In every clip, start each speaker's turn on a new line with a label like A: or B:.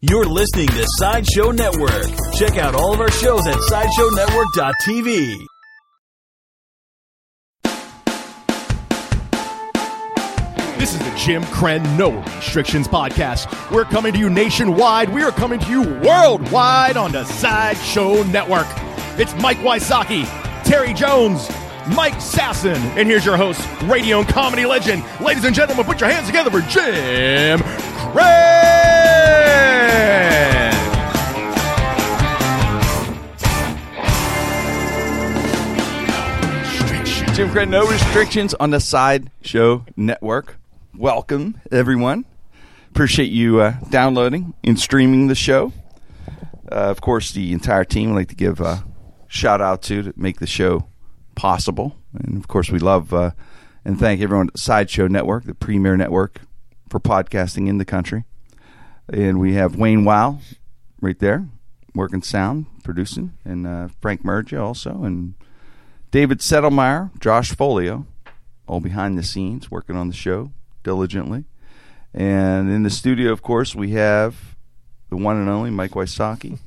A: You're listening to Sideshow Network. Check out all of our shows at SideshowNetwork.tv.
B: This is the Jim Crenn No Restrictions Podcast. We're coming to you nationwide. We are coming to you worldwide on the Sideshow Network. It's Mike Wysocki, Terry Jones, Mike Sasson, and here's your host, radio and comedy legend. Ladies and gentlemen, put your hands together for Jim Crenn.
C: Jim Crenn, no restrictions on the Sideshow Network. Welcome, everyone. Appreciate you uh, downloading and streaming the show. Uh, of course, the entire team I'd like to give a shout out to to make the show possible. And of course, we love uh, and thank everyone at Sideshow Network, the premier network for podcasting in the country. And we have Wayne Weil right there, working sound, producing, and uh, Frank Mergia also, and David Settlemeyer, Josh Folio, all behind the scenes working on the show diligently. And in the studio, of course, we have the one and only Mike Wysocki,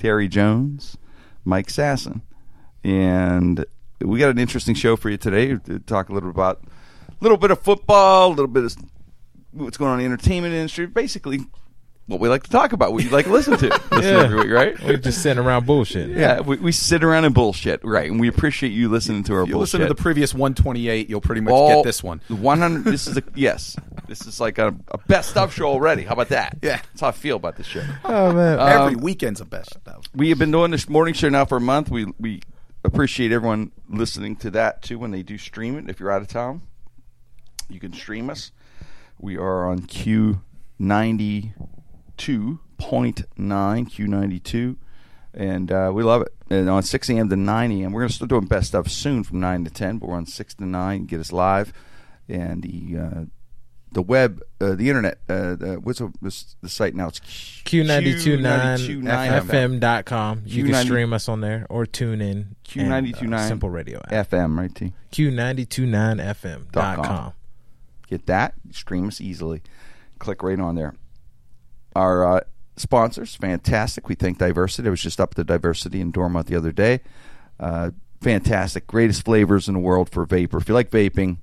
C: Terry Jones, Mike Sasson. And we got an interesting show for you today to talk a little bit about a little bit of football, a little bit of what's going on in the entertainment industry, basically what we like to talk about, what you like to listen to. listen to every week, right?
D: We just sitting around bullshit.
C: Yeah, we, we sit around and bullshit, right? And we appreciate you listening to our
E: you
C: bullshit.
E: listen to the previous 128, you'll pretty much
C: All-
E: get this one.
C: One hundred. This is a yes. This is like a, a best of show already. How about that?
E: Yeah.
C: that's how I feel about this show.
E: Every weekend's a best stuff.
C: We have been doing this morning show now for a month. We we appreciate everyone listening to that too when they do stream it. If you're out of town, you can stream us. We are on Q ninety two point nine Q ninety two. And uh, we love it. And on 6 a.m. to 9 a.m., we're going to start doing best stuff soon from 9 to 10, but we're on 6 to 9. Get us live. And the uh, the web, uh, the internet, uh, the, what's the, this- the site now? It's
D: Q929 FM.com. You can
C: Q90
D: stream us on there or tune in.
C: Q929
D: and, uh, Simple Radio app.
C: FM, right, T? Dot com.
D: Q929FM.com.
C: Get that. Stream us easily. Click right on there. Our uh, sponsors, fantastic. We thank Diversity. I was just up to Diversity in Dormont the other day. Uh, fantastic. Greatest flavors in the world for vapor. If you like vaping,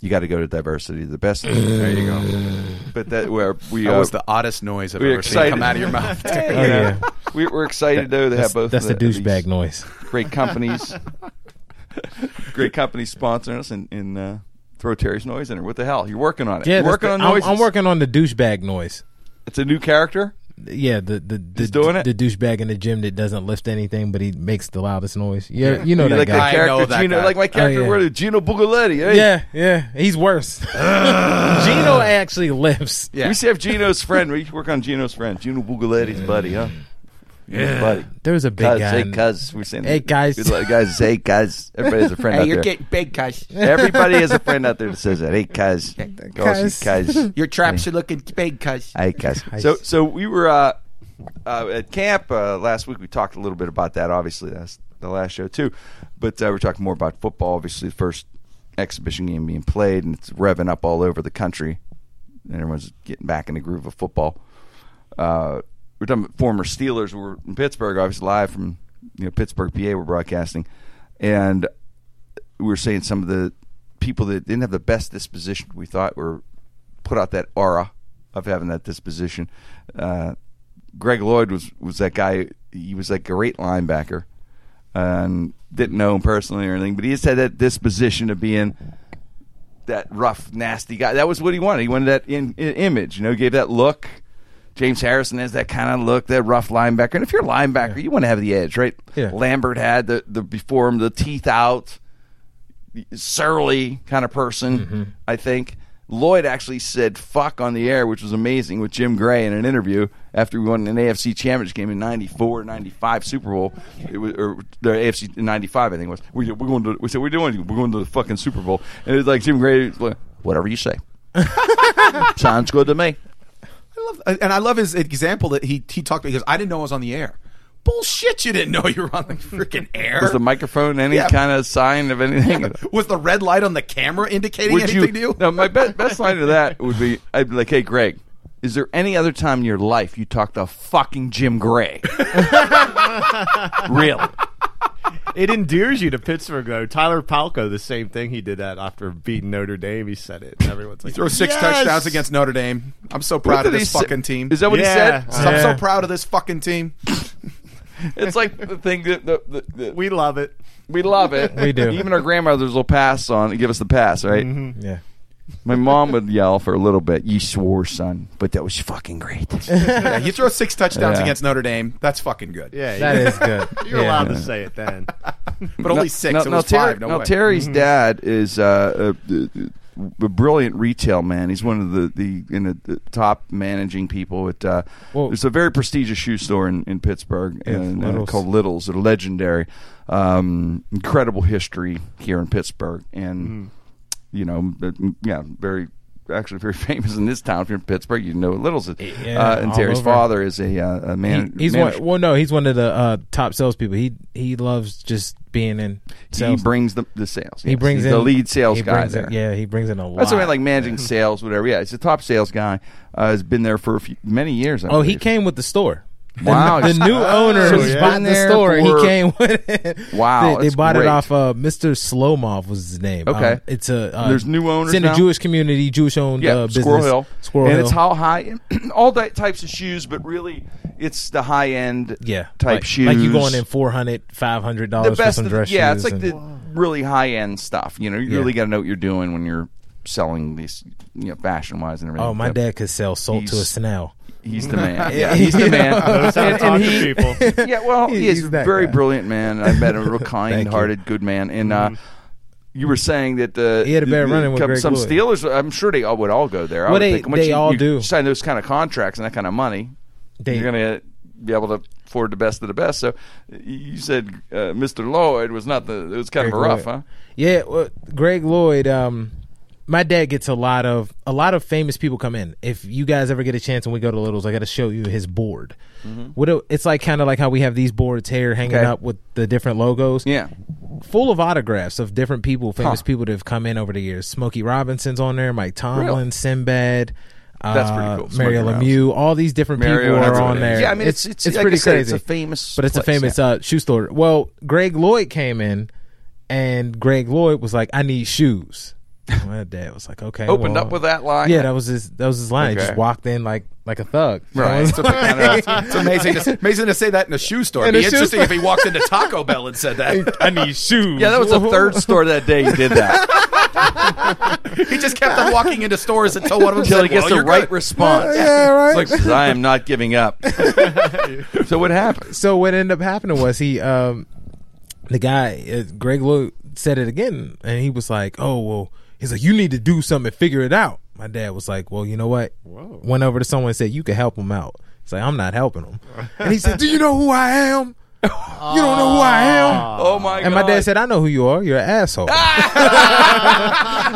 C: you got to go to Diversity. The best. there you go. But that where we
E: That
C: uh,
E: was the oddest noise I've
C: we're
E: ever seen
C: excited.
E: come out of your mouth.
D: Oh, yeah.
C: we, we're excited though to
D: That's,
C: have both.
D: that's the,
C: of these
D: douchebag noise.
C: Great companies. great companies sponsoring us and, and uh, throw Terry's noise in there. What the hell? You're working on it.
D: Yeah,
C: You're
D: that's
C: working
D: the-
C: on
D: I'm-
C: noises.
D: I'm, working on the douchebag noise.
C: It's a new character.
D: Yeah, the the the,
C: He's doing
D: the,
C: it?
D: douchebag in the gym that doesn't lift anything, but he makes the loudest noise. Yeah, you know
C: You
D: that
C: like
D: guy.
C: that character,
E: I know that
C: Gino,
E: guy.
C: like my character,
D: Oh, yeah.
C: where the Gino Bugaletti. eh?
D: yeah, yeah, he's worse. Gino actually lifts.
E: Yeah.
C: We used to have Gino's friend. We used to work on Gino's friend, Gino Bugaletti's buddy, huh? Yeah, buddy.
D: There was a big
C: Cuz,
D: guy.
C: hey,
D: in-
C: cuz. We're saying,
D: Hey, guys.
C: It's like, guys, hey, cuz. Everybody's a friend out there.
E: big, guys.
C: Everybody has a friend out there that says that. Hey, cuz.
D: Cuz.
C: cuz.
E: Your traps are looking big, cuz.
C: I guess. So, so we were uh, uh, at camp uh, last week. We talked a little bit about that. Obviously, that's the last show too. But uh, we're talking more about football. Obviously, the first exhibition game being played, and it's revving up all over the country, and everyone's getting back in the groove of football. Uh, we're talking about former Steelers. We were in Pittsburgh, obviously, live from you know Pittsburgh, PA. We're broadcasting, and we were saying some of the people that didn't have the best disposition we thought were put out that aura of having that disposition. Uh, Greg Lloyd was was that guy. He was a great linebacker, and didn't know him personally or anything, but he just had that disposition of being that rough, nasty guy. That was what he wanted. He wanted that in, i image, you know, gave that look. James Harrison has that kind of look, that rough linebacker. And if you're a linebacker, you want to have the edge, right?
D: Yeah.
C: Lambert had the, the before him the teeth out, surly kind of person. I think Lloyd actually said "fuck" on the air, which was amazing with Jim Gray in an interview after we won an AFC Championship game in '94, '95 Super Bowl, it was, or the AFC '95, I think it was. We, we're going to, we said we're doing, we're going to the fucking Super Bowl, and it was like Jim Gray, was like, whatever you say, sounds good to me.
E: I love, and I love his example that he, he talked about. He goes, I didn't know I was on the air. Bullshit, you didn't know you were on the freaking air.
C: Was the microphone any
E: Yeah.
C: kind of sign of anything?
E: Was the red light on the camera indicating anything to you?
C: No, my best best line to that would be I'd be like, "Hey, Greg, Is there any other time in your life you talked to fucking Jim Gray? really?
F: It endears you to Pittsburgh, though. Tyler Palco, the same thing he did that after beating Notre Dame. He said it. and Everyone's like,
E: Throw six
F: "Yes!"
E: touchdowns against Notre Dame. I'm so proud
C: What
E: of
C: did he
E: this
C: say-
E: fucking team.
C: Is that what
F: Yeah.
C: he said?
E: I'm so
F: Yeah.
E: proud of this fucking team.
C: It's like the thing that the, the, the, we,
F: We love it.
C: we love it.
D: We do.
C: Even our grandmothers will pass on give us the pass, right?
E: Mm-hmm.
D: Yeah.
C: My mom would yell for a little bit, "You swore, son," but that was fucking great.
E: Yeah, you throw six touchdowns
C: Yeah.
E: against Notre Dame. That's fucking good.
F: Yeah,
D: That
F: you-
D: is good.
F: you're
D: yeah.
F: allowed to say it then.
E: but only six. it was
C: Terry-
E: five. No,
C: no,
E: way.
D: Mm-hmm.
C: Terry's dad is uh, a, a, a brilliant retail man. He's one of the the, in the, the top managing people at. Uh,
D: Well-
C: there's a very prestigious shoe store in, in Pittsburgh and, uh,
D: Little's.
C: called Littles. They're legendary, um, incredible history here in Pittsburgh, and
D: Mm-hmm.
C: you know, but, mm, yeah, very. Actually, very famous in this town. If you're in Pittsburgh, you know what Littles. is.
D: Yeah,
C: uh, and
D: all
C: Terry's
D: over.
C: father is a, uh, a man.
D: He- he's
C: manager.
D: one. Well, no, he's one of the uh, top salespeople. He he loves just being in sales.
C: He brings the, the sales.
D: He
C: yes.
D: brings
C: He's
D: in
C: the lead sales
D: he
C: guy
D: brings in-
C: there.
D: yeah, he brings in a lot.
C: That's what I mean, like managing sales, whatever. Yeah, he's a top sales guy. Uh, has been there for a few, many years. I
D: oh, he
C: believe.
D: came with the store. The-
C: Wow.
D: the, new owner
C: So he's
D: bought
C: been
D: the
C: there
D: store.
C: for-
D: he came with it.
C: Wow,
D: they, they
C: that's
D: bought
C: great.
D: it off uh, Mr. Slomov was his name.
C: Okay.
D: Um, it's a uh,
C: There's new owners
D: It's in the
C: now?
D: Jewish community, Jewish owned
C: Yeah,
D: uh, business.
C: Squirrel Hill.
D: Squirrel
C: and
D: Hill.
C: it's how high, all that types of shoes, but really, it's the high end.
D: yeah,
C: type
D: like,
C: shoes.
D: Like you going in 400 500
C: the
D: dollars for
C: best.
D: some
C: Of the,
D: dress
C: yeah, it's
D: shoes
C: like
D: and-
C: the really high end stuff. You know, you
D: Yeah.
C: really got to know what you're doing when you're selling these, you know, fashion wise and everything.
D: Oh, my
C: But
D: dad could sell salt to a
C: He's-
D: snail.
C: He's the man. Yeah, he's the man.
F: Those how to
C: And-
F: talk
C: and he-
F: to people.
C: yeah, well,
D: He-
C: he is
D: he's
C: a
D: that
C: very
D: guy.
C: brilliant man. I met a real kind-hearted, good man. And uh, you were saying that uh,
D: Mm-hmm. He had a better run-in with
C: come-
D: Greg
C: some
D: Lloyd.
C: Steelers. I'm sure they all would all go there. I
D: Well,
C: would
D: they-
C: think. Once
D: they
C: you-
D: all
C: you
D: do.
C: sign those kind of contracts and that kind of money.
D: They-
C: you're going to be able to afford the best of the best. So you said uh, Mr. Lloyd was not the. It was kind of a
D: Greg
C: rough,
D: Lloyd.
C: huh?
D: Yeah, well, Greg Lloyd. Um, my dad gets a lot of a lot of famous people come in. If you guys ever get a chance and we go to Littles, I got to show you his board. What it- it's like, kind of like how we have these boards here hanging
C: Mm-hmm. Okay.
D: up with the different logos.
C: Yeah.
D: full of autographs of different people, famous
C: Huh.
D: people that have come in over the years. Smokey Robinson's on there, Mike Tomlin,
C: Really?
D: Sinbad. Uh,
C: That's pretty cool. Smokey
D: Mario
C: Robinson.
D: Lemieux, all these different
C: Mario,
D: people
C: that's what
D: are
C: it
D: on
C: is.
D: there.
C: Yeah, I mean, it's- it's- like I
D: pretty
C: said, it's
D: crazy.
C: a famous
D: but it's a
C: place,
D: famous
C: yeah.
D: uh, shoe store. Well, Greg Lloyd came in, and Greg Lloyd was like, "I need shoes." My dad was like, "Okay."
C: Opened
D: well,
C: up with that line.
D: Yeah, that was his. That was his line. He
C: Okay.
D: just walked in like like a thug.
C: Right.
E: It's, a- it's amazing. To, amazing to say that in a shoe store. It'd
D: In
E: be
D: a shoe
E: interesting if he walked into Taco Bell and said that.
D: I need shoes.
C: Yeah, that was the third store that day you did that
E: he just kept on walking into stores until one of them
C: until
E: said,
C: he gets
E: well,
C: the
E: you're
C: right
E: good.
C: response.
D: Yeah, right.
C: It's like, I am not giving up. so what happened?
D: so what ended up happening was he um the guy uh, greg Lloyd said it again and he was like oh well he's like you need to do something and figure it out my dad was like well you know what Whoa. went over to someone and said you can help him out it's like i'm not helping him and he said do you know who i am you don't know who i am
C: Oh my
D: and my dad said i know who you are you're an asshole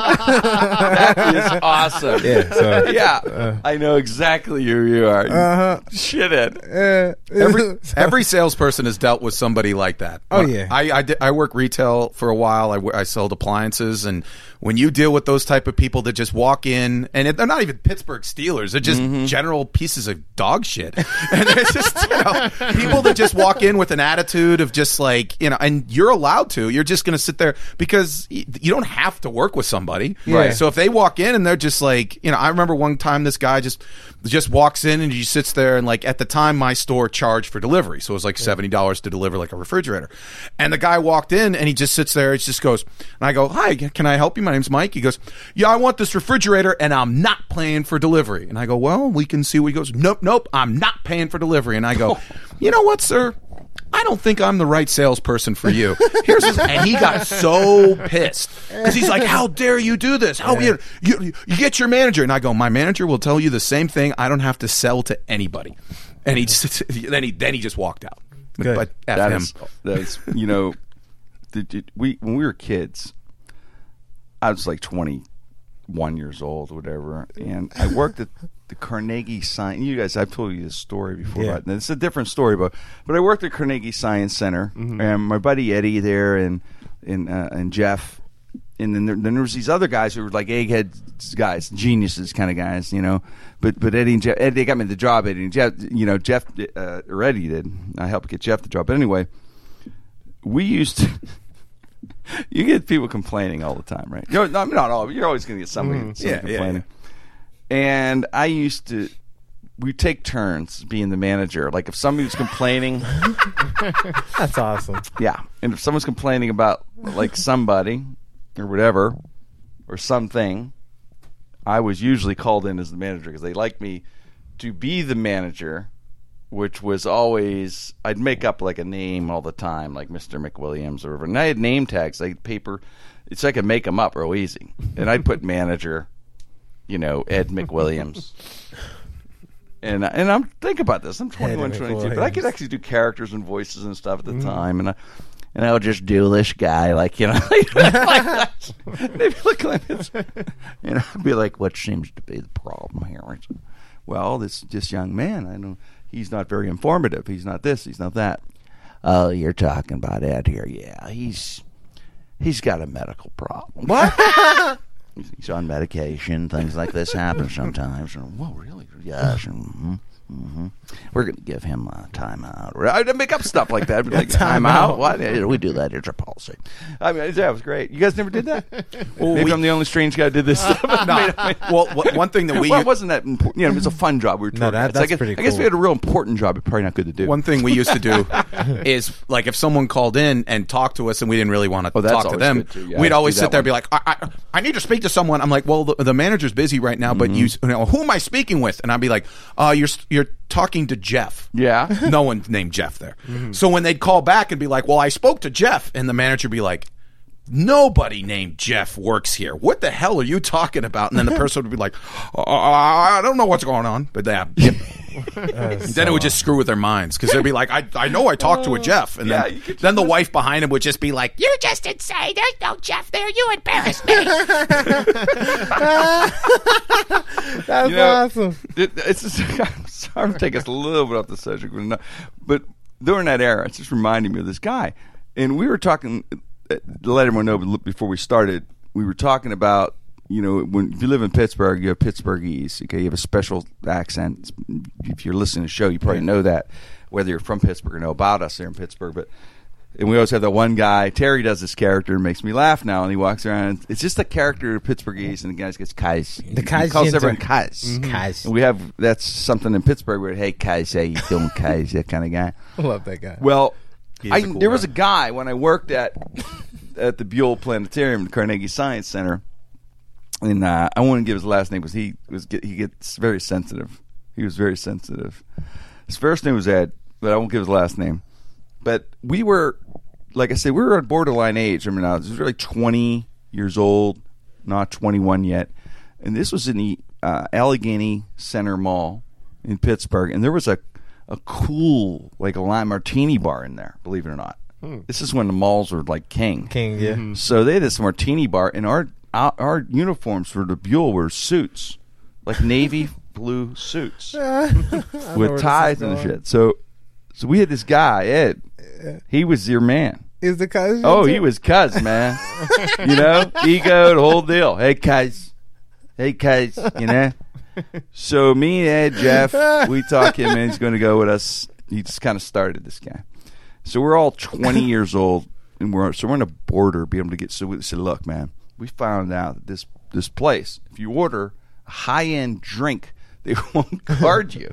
C: that is awesome.
D: yeah so
C: yeah, I know exactly who you are. Uh-huh. Shithead.
D: uh,
E: Every, every salesperson has dealt with somebody like that.
D: Oh,
E: When
D: yeah.
E: I, I, did- I work retail for a while. I, wo- I sold appliances, and when you deal with those type of people that just walk in, and it, they're not even Pittsburgh Steelers, they're just
D: Mm-hmm.
E: general pieces of dog shit. And it's just you know, people that just walk in with an attitude of just like you know, and you're allowed to. You're just going to sit there because y- you don't have to work with somebody,
D: Right.
E: So if they walk in and they're just like, you know, I remember one time this guy just just walks in and he sits there and like at the time my store charged for delivery, so it was like seventy dollars to deliver like a refrigerator, and the guy walked in and he just sits there, it just goes, and I go, hi, can I help you? My name's Mike. He goes, yeah, I want this refrigerator and I'm not paying for delivery, and I go, well, we can see. What he goes, nope, nope, I'm not paying for delivery, and I go, you know what, sir. I don't think I'm the right salesperson for you. Here's his, and he got so pissed because he's like, "How dare you do this? How weird. you, you you get your manager?" And I go, "My manager will tell you the same thing. I don't have to sell to anybody." And he just then he then he just walked out.
D: Good.
E: But F
C: That
E: him.
C: is, that is, you know, the, the- we when we were kids, I was like twenty one years old, whatever, and I worked at the Carnegie Science. You guys, I've told you this story before,
D: Yeah.
C: but it's a different story. But but I worked at Carnegie Science Center, and my buddy Eddie there, and and uh, and Jeff. and then there, then there was these other guys who were like egghead guys, geniuses kind of guys, you know. But but Eddie and Jeff, Eddie, they got me the job. Eddie and Jeff, you know, Jeff uh, or Eddie did. I helped get Jeff the job. But anyway, we used to. you get people complaining all the time, right? You're, no, I'm not all. but You're always going to get somebody, somebody
E: Mm-hmm. Yeah, yeah,
C: complaining. And I used to. We take turns being the manager. Like if somebody was complaining,
D: That's awesome.
C: yeah. And if someone's complaining about like somebody or whatever or something, I was usually called in as the manager because they liked me to be the manager, which was always I'd make up like a name all the time, like Mr. McWilliams or whatever. And I had name tags, like paper, so I could make them up real easy. And I'd put manager, you know, Ed McWilliams. And, I- and I'm think about this. I'm 21, 22, but I could
D: McWilliams.
C: actually do characters and voices and stuff at the time, and I and I would just do this guy like you know, like, that. they'd be looking like this, and I'd be like, "What seems to be the problem here?" It's, Well, this this young man, I know he's not very informative. He's not this. He's not that. Oh, you're talking about Ed here? Yeah, he's he's got a medical problem. What? he's on medication. Things like this happen sometimes. And, Whoa, really? Yes. And, mhm, mhm. We're going to give him a timeout. Or- I'd make up stuff like that. I'd be like,
D: time
C: timeout?
D: out.
C: What? Yeah, We do that. It's a policy. I mean, that was great. You guys never did that? Maybe I'm the only strange guy who did this stuff.
E: No. well, wh- one thing that we
C: well, it wasn't that important. You know, it was a fun job. We were touring
D: that-
C: guides. I
D: that's
C: guess,
D: pretty
C: I guess we
D: cool.
C: had a real important job. But probably not good to do.
E: One thing we used to do is like if someone called in and talked to us and we didn't really want to
C: Oh, that's
E: talk to
C: always
E: them,
C: good, too. Yeah, I
E: we'd
C: do
E: always
C: that
E: sit there and be
C: one.
E: like, I, I, I need to speak to someone. I'm like, well, the, the manager's busy right now,
C: Mm-hmm.
E: but you, s- you know, who am I speaking with? And I'd be like, uh, you're s- you're talking to Jeff.
C: Yeah. Mm-hmm.
E: no one named Jeff there. So when they'd call back and be like, well, I spoke to Jeff, and the manager'd be like. Nobody named Jeff works here. What the hell are you talking about? And then the person would be like, uh, I don't know what's going on. But yeah, then it would just screw with their minds because they'd be like, I, I know I talked to a Jeff. And
C: Yeah, you
E: then,
C: could
E: then the wife behind him would just be like, You just didn't say there's no Jeff there. You embarrassed me.
D: That's
C: You know,
D: awesome.
C: It, it's just, I'm sorry to take us a little bit off the subject, but, not, but during that era, it's just reminding me of this guy. And we were talking uh, to let everyone know but before we started. We were talking about you know when if you live in Pittsburgh, you have Pittsburghese. Okay, you have a special accent. If you're listening to the show, you probably know that whether you're from Pittsburgh or know about us here in Pittsburgh, but. And we always have that one guy. Terry does this character and makes me laugh now. And he walks around. And it's just the character of Pittsburghese, and the guy just gets Kais.
D: The Kais
C: He calls
D: gins are-
C: everyone Kais.
E: Mm-hmm.
D: Kais.
C: We have that's something in Pittsburgh where hey Kais, how you doing Kais, that kind of guy.
D: I love that guy.
C: Well, I,
E: a cool
C: there was a guy when I worked at at the Buell Planetarium, the Carnegie Science Center, and uh, I want to give his last name because he was get- he gets very sensitive. He was very sensitive. His first name was Ed, but I won't give his last name. But we were, like I said, we were at borderline age. I mean, I was really twenty years old, not twenty-one yet, and this was in the uh, Allegheny Center Mall in Pittsburgh, and there was a a cool like a lime martini bar in there. Believe it or not, this is when the malls were like king.
D: King, yeah.
C: So they had this martini bar, and our our, our uniforms for the Buell were suits, like navy blue suits
D: where
C: with
D: this
C: ties
D: is
C: and
D: going.
C: shit. So, so we had this guy Ed. He was your man.
D: Is the cousin?
C: Oh, he was cuz, man. you know, ego, the whole deal. Hey, cuz. Hey, cuz. You know. So me and Ed, Jeff, we talk him, and he's going to go with us. He just kind of started this guy. So we're all 20 years old, and we're so we're on a border, be able to get. So we said, look, man, we found out that this this place, if you order a high end drink, they won't card you.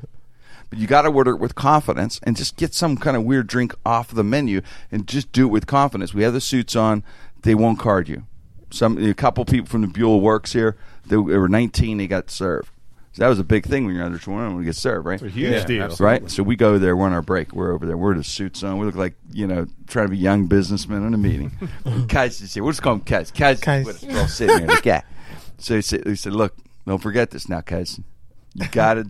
C: But you got to order it with confidence and just get some kind of weird drink off the menu and just do it with confidence. We have the suits on; they won't card you. Some a couple people from the Buell works here. They, were 19; they got served. So that was a big thing when you're under 21 when you get served, right?
F: A huge deal.
C: Right? So we go there, we're on our break, we're over there, we're the suits on, we look like, you know, trying to be young businessmen in a meeting. Kaz is here. We'll just call him Kaz. Kaz
D: Kaz.
C: is with us. We're all sitting here like, yeah. So he said, he said, Look, don't forget this now, Kaz. You gotta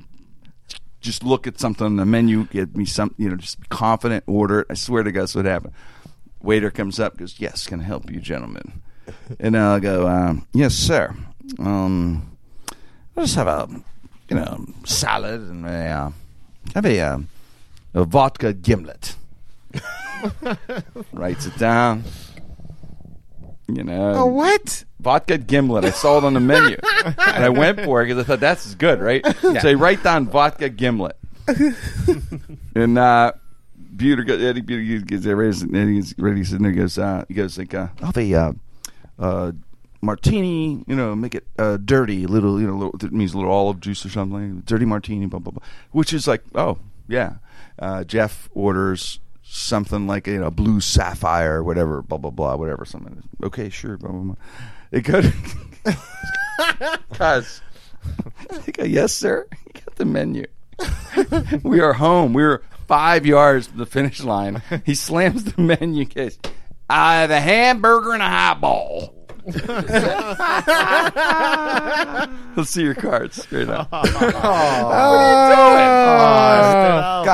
C: just look at something on the menu, give me some you know, just be confident, order it. I swear to God, that's what happened. Waiter comes up, goes, Yes, can I help you, gentlemen? And I'll go, um, Yes, sir. Um I'll just have a, you know, salad and a, uh, have a, uh, a vodka gimlet. Writes it down. you know.
D: Oh, what?
C: vodka gimlet. I saw it on the menu, and I went for it because I thought that's good, right? So I write down vodka gimlet, and uh, Buter go- Eddie Buter gets there, ready, and he's ready sitting there. He goes, uh, he goes like, uh, I'll have a uh, uh, martini, you know, make it uh, dirty, a little, you know, little, it means a little olive juice or something, dirty martini, blah blah blah, which is like, oh yeah, uh, Jeff orders. Something like you know, blue sapphire, whatever, blah blah blah, whatever. Something. Okay, sure, blah blah blah. It could. Cuz. They go, yes, sir. You got the menu. we are home. We were five yards from the finish line. He slams the menu case. I have a hamburger and a highball. Let's see your cards straight up. what
D: Oh,
C: are you doing?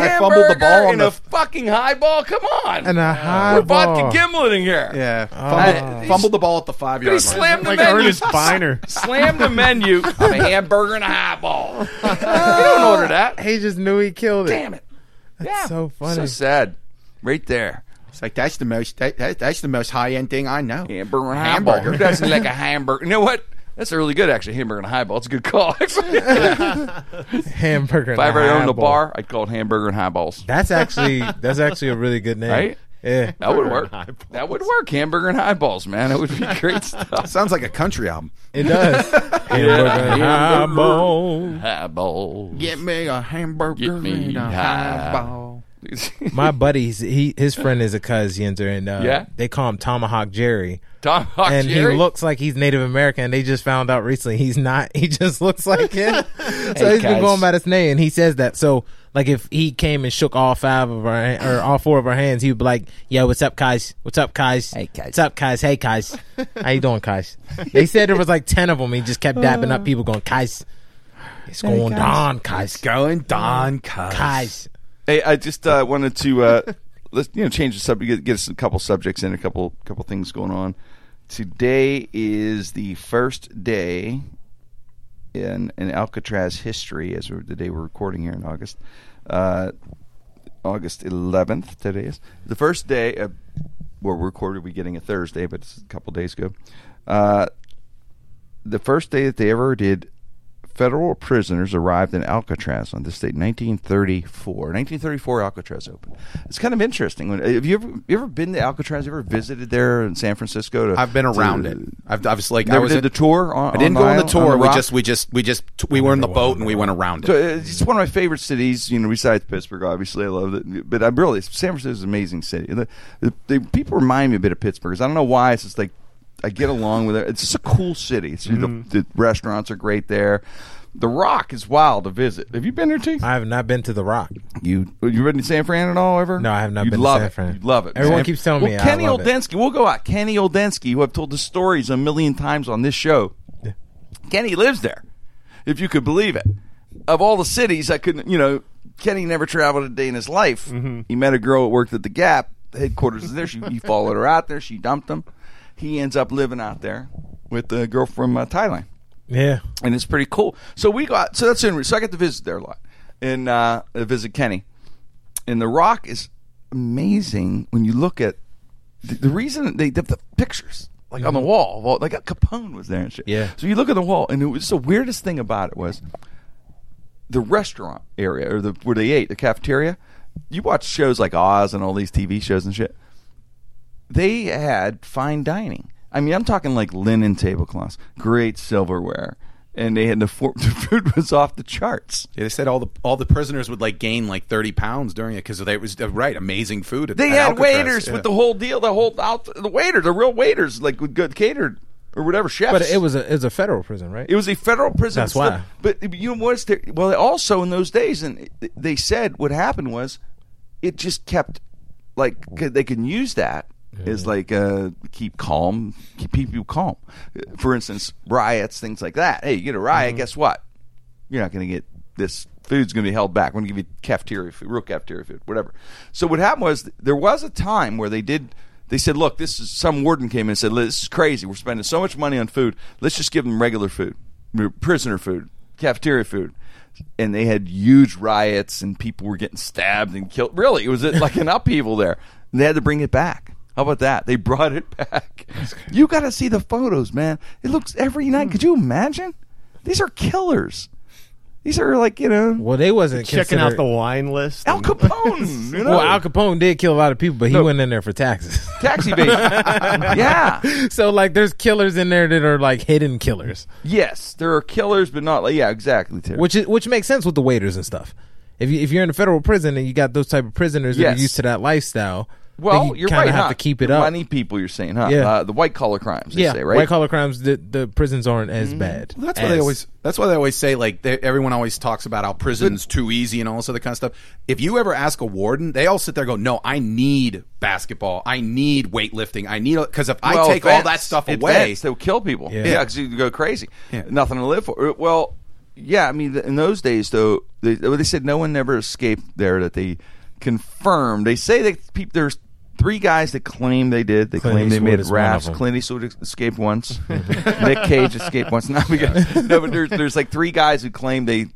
E: Guy Oh, fumbled the ball
C: Hamburger
E: on
C: and
E: the.
C: a fucking highball. Come on,
D: And a high
C: we're
D: ball.
C: vodka gimlet in here.
E: yeah, fumbled,
C: I-
E: fumbled the ball at the five
C: He
E: yard line.
C: slammed the
F: Like
C: menu.
F: Ernest Biner.
C: Slam the menu of a hamburger and a highball. you don't order that.
D: He just knew he killed it.
C: Damn it. yeah.
D: so funny.
C: So sad. Right there.
E: It's like that's the most that, that- that's the most high end thing I know.
C: Hamburger and highball. Who doesn't like a hamburger? You know what? That's really good, actually. Hamburger and highball. It's a good call, actually. if
D: Hamburger. and
C: I ever owned a
D: highball.
C: bar, I'd call it hamburger and highballs.
D: That's actually that's actually a really good name.
C: Right?
D: Yeah.
C: That would work. That would work. Hamburger and highballs, man. That would be great stuff.
E: Sounds like a country album.
D: It does. Hamburger and
C: Yeah.
D: highball.
C: Highballs.
E: Get me a hamburger
C: Get me
E: and a
C: high.
E: highball.
D: My buddy's he his friend is a cuz Yinzer and uh,
C: Yeah?
D: they call him Tomahawk Jerry.
C: Tom Hawk
D: and
C: Jerry?
D: he looks like he's Native American. They just found out recently he's not. He just looks like him. so he's
C: guys.
D: been going by this name, and he says that. So like, if he came and shook all five of our han- or all four of our hands, he would be like, "Yo, what's up, guys? What's up, guys? Hey, guys. What's up, guys? Hey, guys. How you doing, guys?" They said there was like ten of them. He just kept dapping up people, going, "Guys, it's going down, Uh. guys,
E: Going Don Cuz.
D: guys."
C: Hey, I just uh, wanted to uh, let's you know change the subject, get, get us a couple subjects and a couple couple things going on. Today is the first day in in Alcatraz history, as we're, the day we're recording here in August, uh, August 11th. Today is the first day of well, we're recorded. We getting a Thursday, but it's a couple days ago. Uh, the first day that they ever did federal prisoners arrived in Alcatraz on this date, 1934. 1934, Alcatraz opened. It's kind of interesting. When- Have you ever, you ever been to Alcatraz? You ever visited there in San Francisco? To,
E: I've been around
C: to-
E: it. I've, I was like, I
C: Never
E: was
C: did
E: in-
C: the tour on-
E: I didn't
C: on
E: go
C: the
E: on the
C: isle-
E: tour.
C: on the
E: we
C: rock?
E: just, we just, we just, we were in the boat and we went around
C: So
E: it.
C: uh, it's one of my favorite cities, you know, besides Pittsburgh, obviously. I love it. But I really, San Francisco's an amazing city. The, the, the people remind me a bit of Pittsburgh 'cause I don't know why. It's just like I get along with it. It's just a cool city. It's, the, the restaurants are great there. The Rock is wild to visit. Have you been there, too?
D: I have not been to the Rock.
C: You you been to San Fran at all ever?
D: No, I have not
C: You'd
D: been to
C: love
D: San
C: it.
D: Fran.
C: You'd love it.
D: Everyone
C: man.
D: keeps telling
C: well,
D: me, I
C: Kenny
D: love it.
C: Oldensky. We'll go out. Kenny Oldensky, who I've told the stories a million times on this show. Kenny lives there, if you could believe it. Of all the cities, I couldn't. You know, Kenny never traveled a day in his life.
D: Mm-hmm.
C: He met a girl that worked at the Gap the headquarters. Is there? She, he followed her out there. She dumped him. He ends up living out there with a girl from uh, Thailand
D: Yeah.
C: and it's pretty cool. So we got so that's in so I got to visit there a lot and uh, visit Kenny. And the Rock is amazing when you look at the, the reason they have the pictures like on the wall. Well, like uh, Capone was there and shit.
D: Yeah.
C: So you look at the wall, and it was the weirdest thing about it was the restaurant area or the where they ate the cafeteria. You watch shows like Oz and all these TV shows and shit they had fine dining. I mean, I'm talking like linen tablecloths, great silverware, and they had the, for- the food was off the charts.
E: Yeah, they said all the all the prisoners would like gain like thirty pounds during it because they it was uh, right amazing food. At,
C: They
E: at
C: had
E: Alcatraz.
C: waiters
E: Yeah.
C: with the whole deal, the whole out, the waiter, the real waiters, like with good catered or whatever chefs.
D: But it was a it was a federal prison, right?
C: It was a federal prison.
D: That's why.
C: But you know what's there? Well, also in those days, and they said what happened was, it just kept like could- they can use that as like uh, keep calm, keep people calm. For instance, riots, things like that. Hey, you get a riot,
D: Mm-hmm.
C: guess what? You're not going to get this. Food's going to be held back. We're going to give you cafeteria food, real cafeteria food, whatever. So what happened was there was a time where they did. They said, "Look, this is some warden came in and said this is crazy. We're spending so much money on food. Let's just give them regular food, prisoner food, cafeteria food." And they had huge riots, and people were getting stabbed and killed. Really, it was like an upheaval there. And they had to bring it back. How about that? They brought it back. You got to see the photos, man. It looks every night. Could you imagine? These are killers. These are like you know
D: Well, they wasn't
F: Checking out the
D: considered-
F: wine list.
C: Al
F: and-
C: Capone. You know?
D: Well, Al Capone did kill a lot of people, but he went in there for taxes.
C: taxi base. yeah.
D: so like, there's killers in there that are like hidden killers,
C: Yes, there are killers, but not like yeah, exactly. Terry.
D: which is, which makes sense with the waiters and stuff. If you if you're in a federal prison and you got those type of prisoners that
C: Yes.
D: are used to that lifestyle, then
C: well,
D: you
C: you are
D: kinda
C: right.
D: have
C: huh?
D: to keep it
C: The
D: up.
C: Money people, you're saying, huh?
D: Yeah.
C: Uh, the white collar crimes. They
D: yeah,
C: say, right? Mm-hmm.
D: white collar crimes. The the prisons aren't as bad.
E: Well, that's why they
D: as-
E: always. That's why they always say like they, everyone always talks about how prison's too easy and all this other kind of stuff. If you ever ask a warden, they all sit there and go, "No, I need basketball. I need weightlifting. I need because if
C: Well,
E: I take
C: events-
E: all that stuff away,
C: events, they'll kill people.
D: Yeah.
C: Yeah, because you go crazy. Nothing to live for. Uh, Well, yeah, I mean, th- in those days, though, they, well, they said no one never escaped there. That they confirmed. They say that peop there's three guys that claim they did. They
D: Clint
C: claim they
D: Eastwood
C: made
D: is one of
C: rafts.
D: them.
C: Clint Eastwood ex- escaped once. Nick Cage escaped once. Now we got, no, but there's there's like three guys who claim they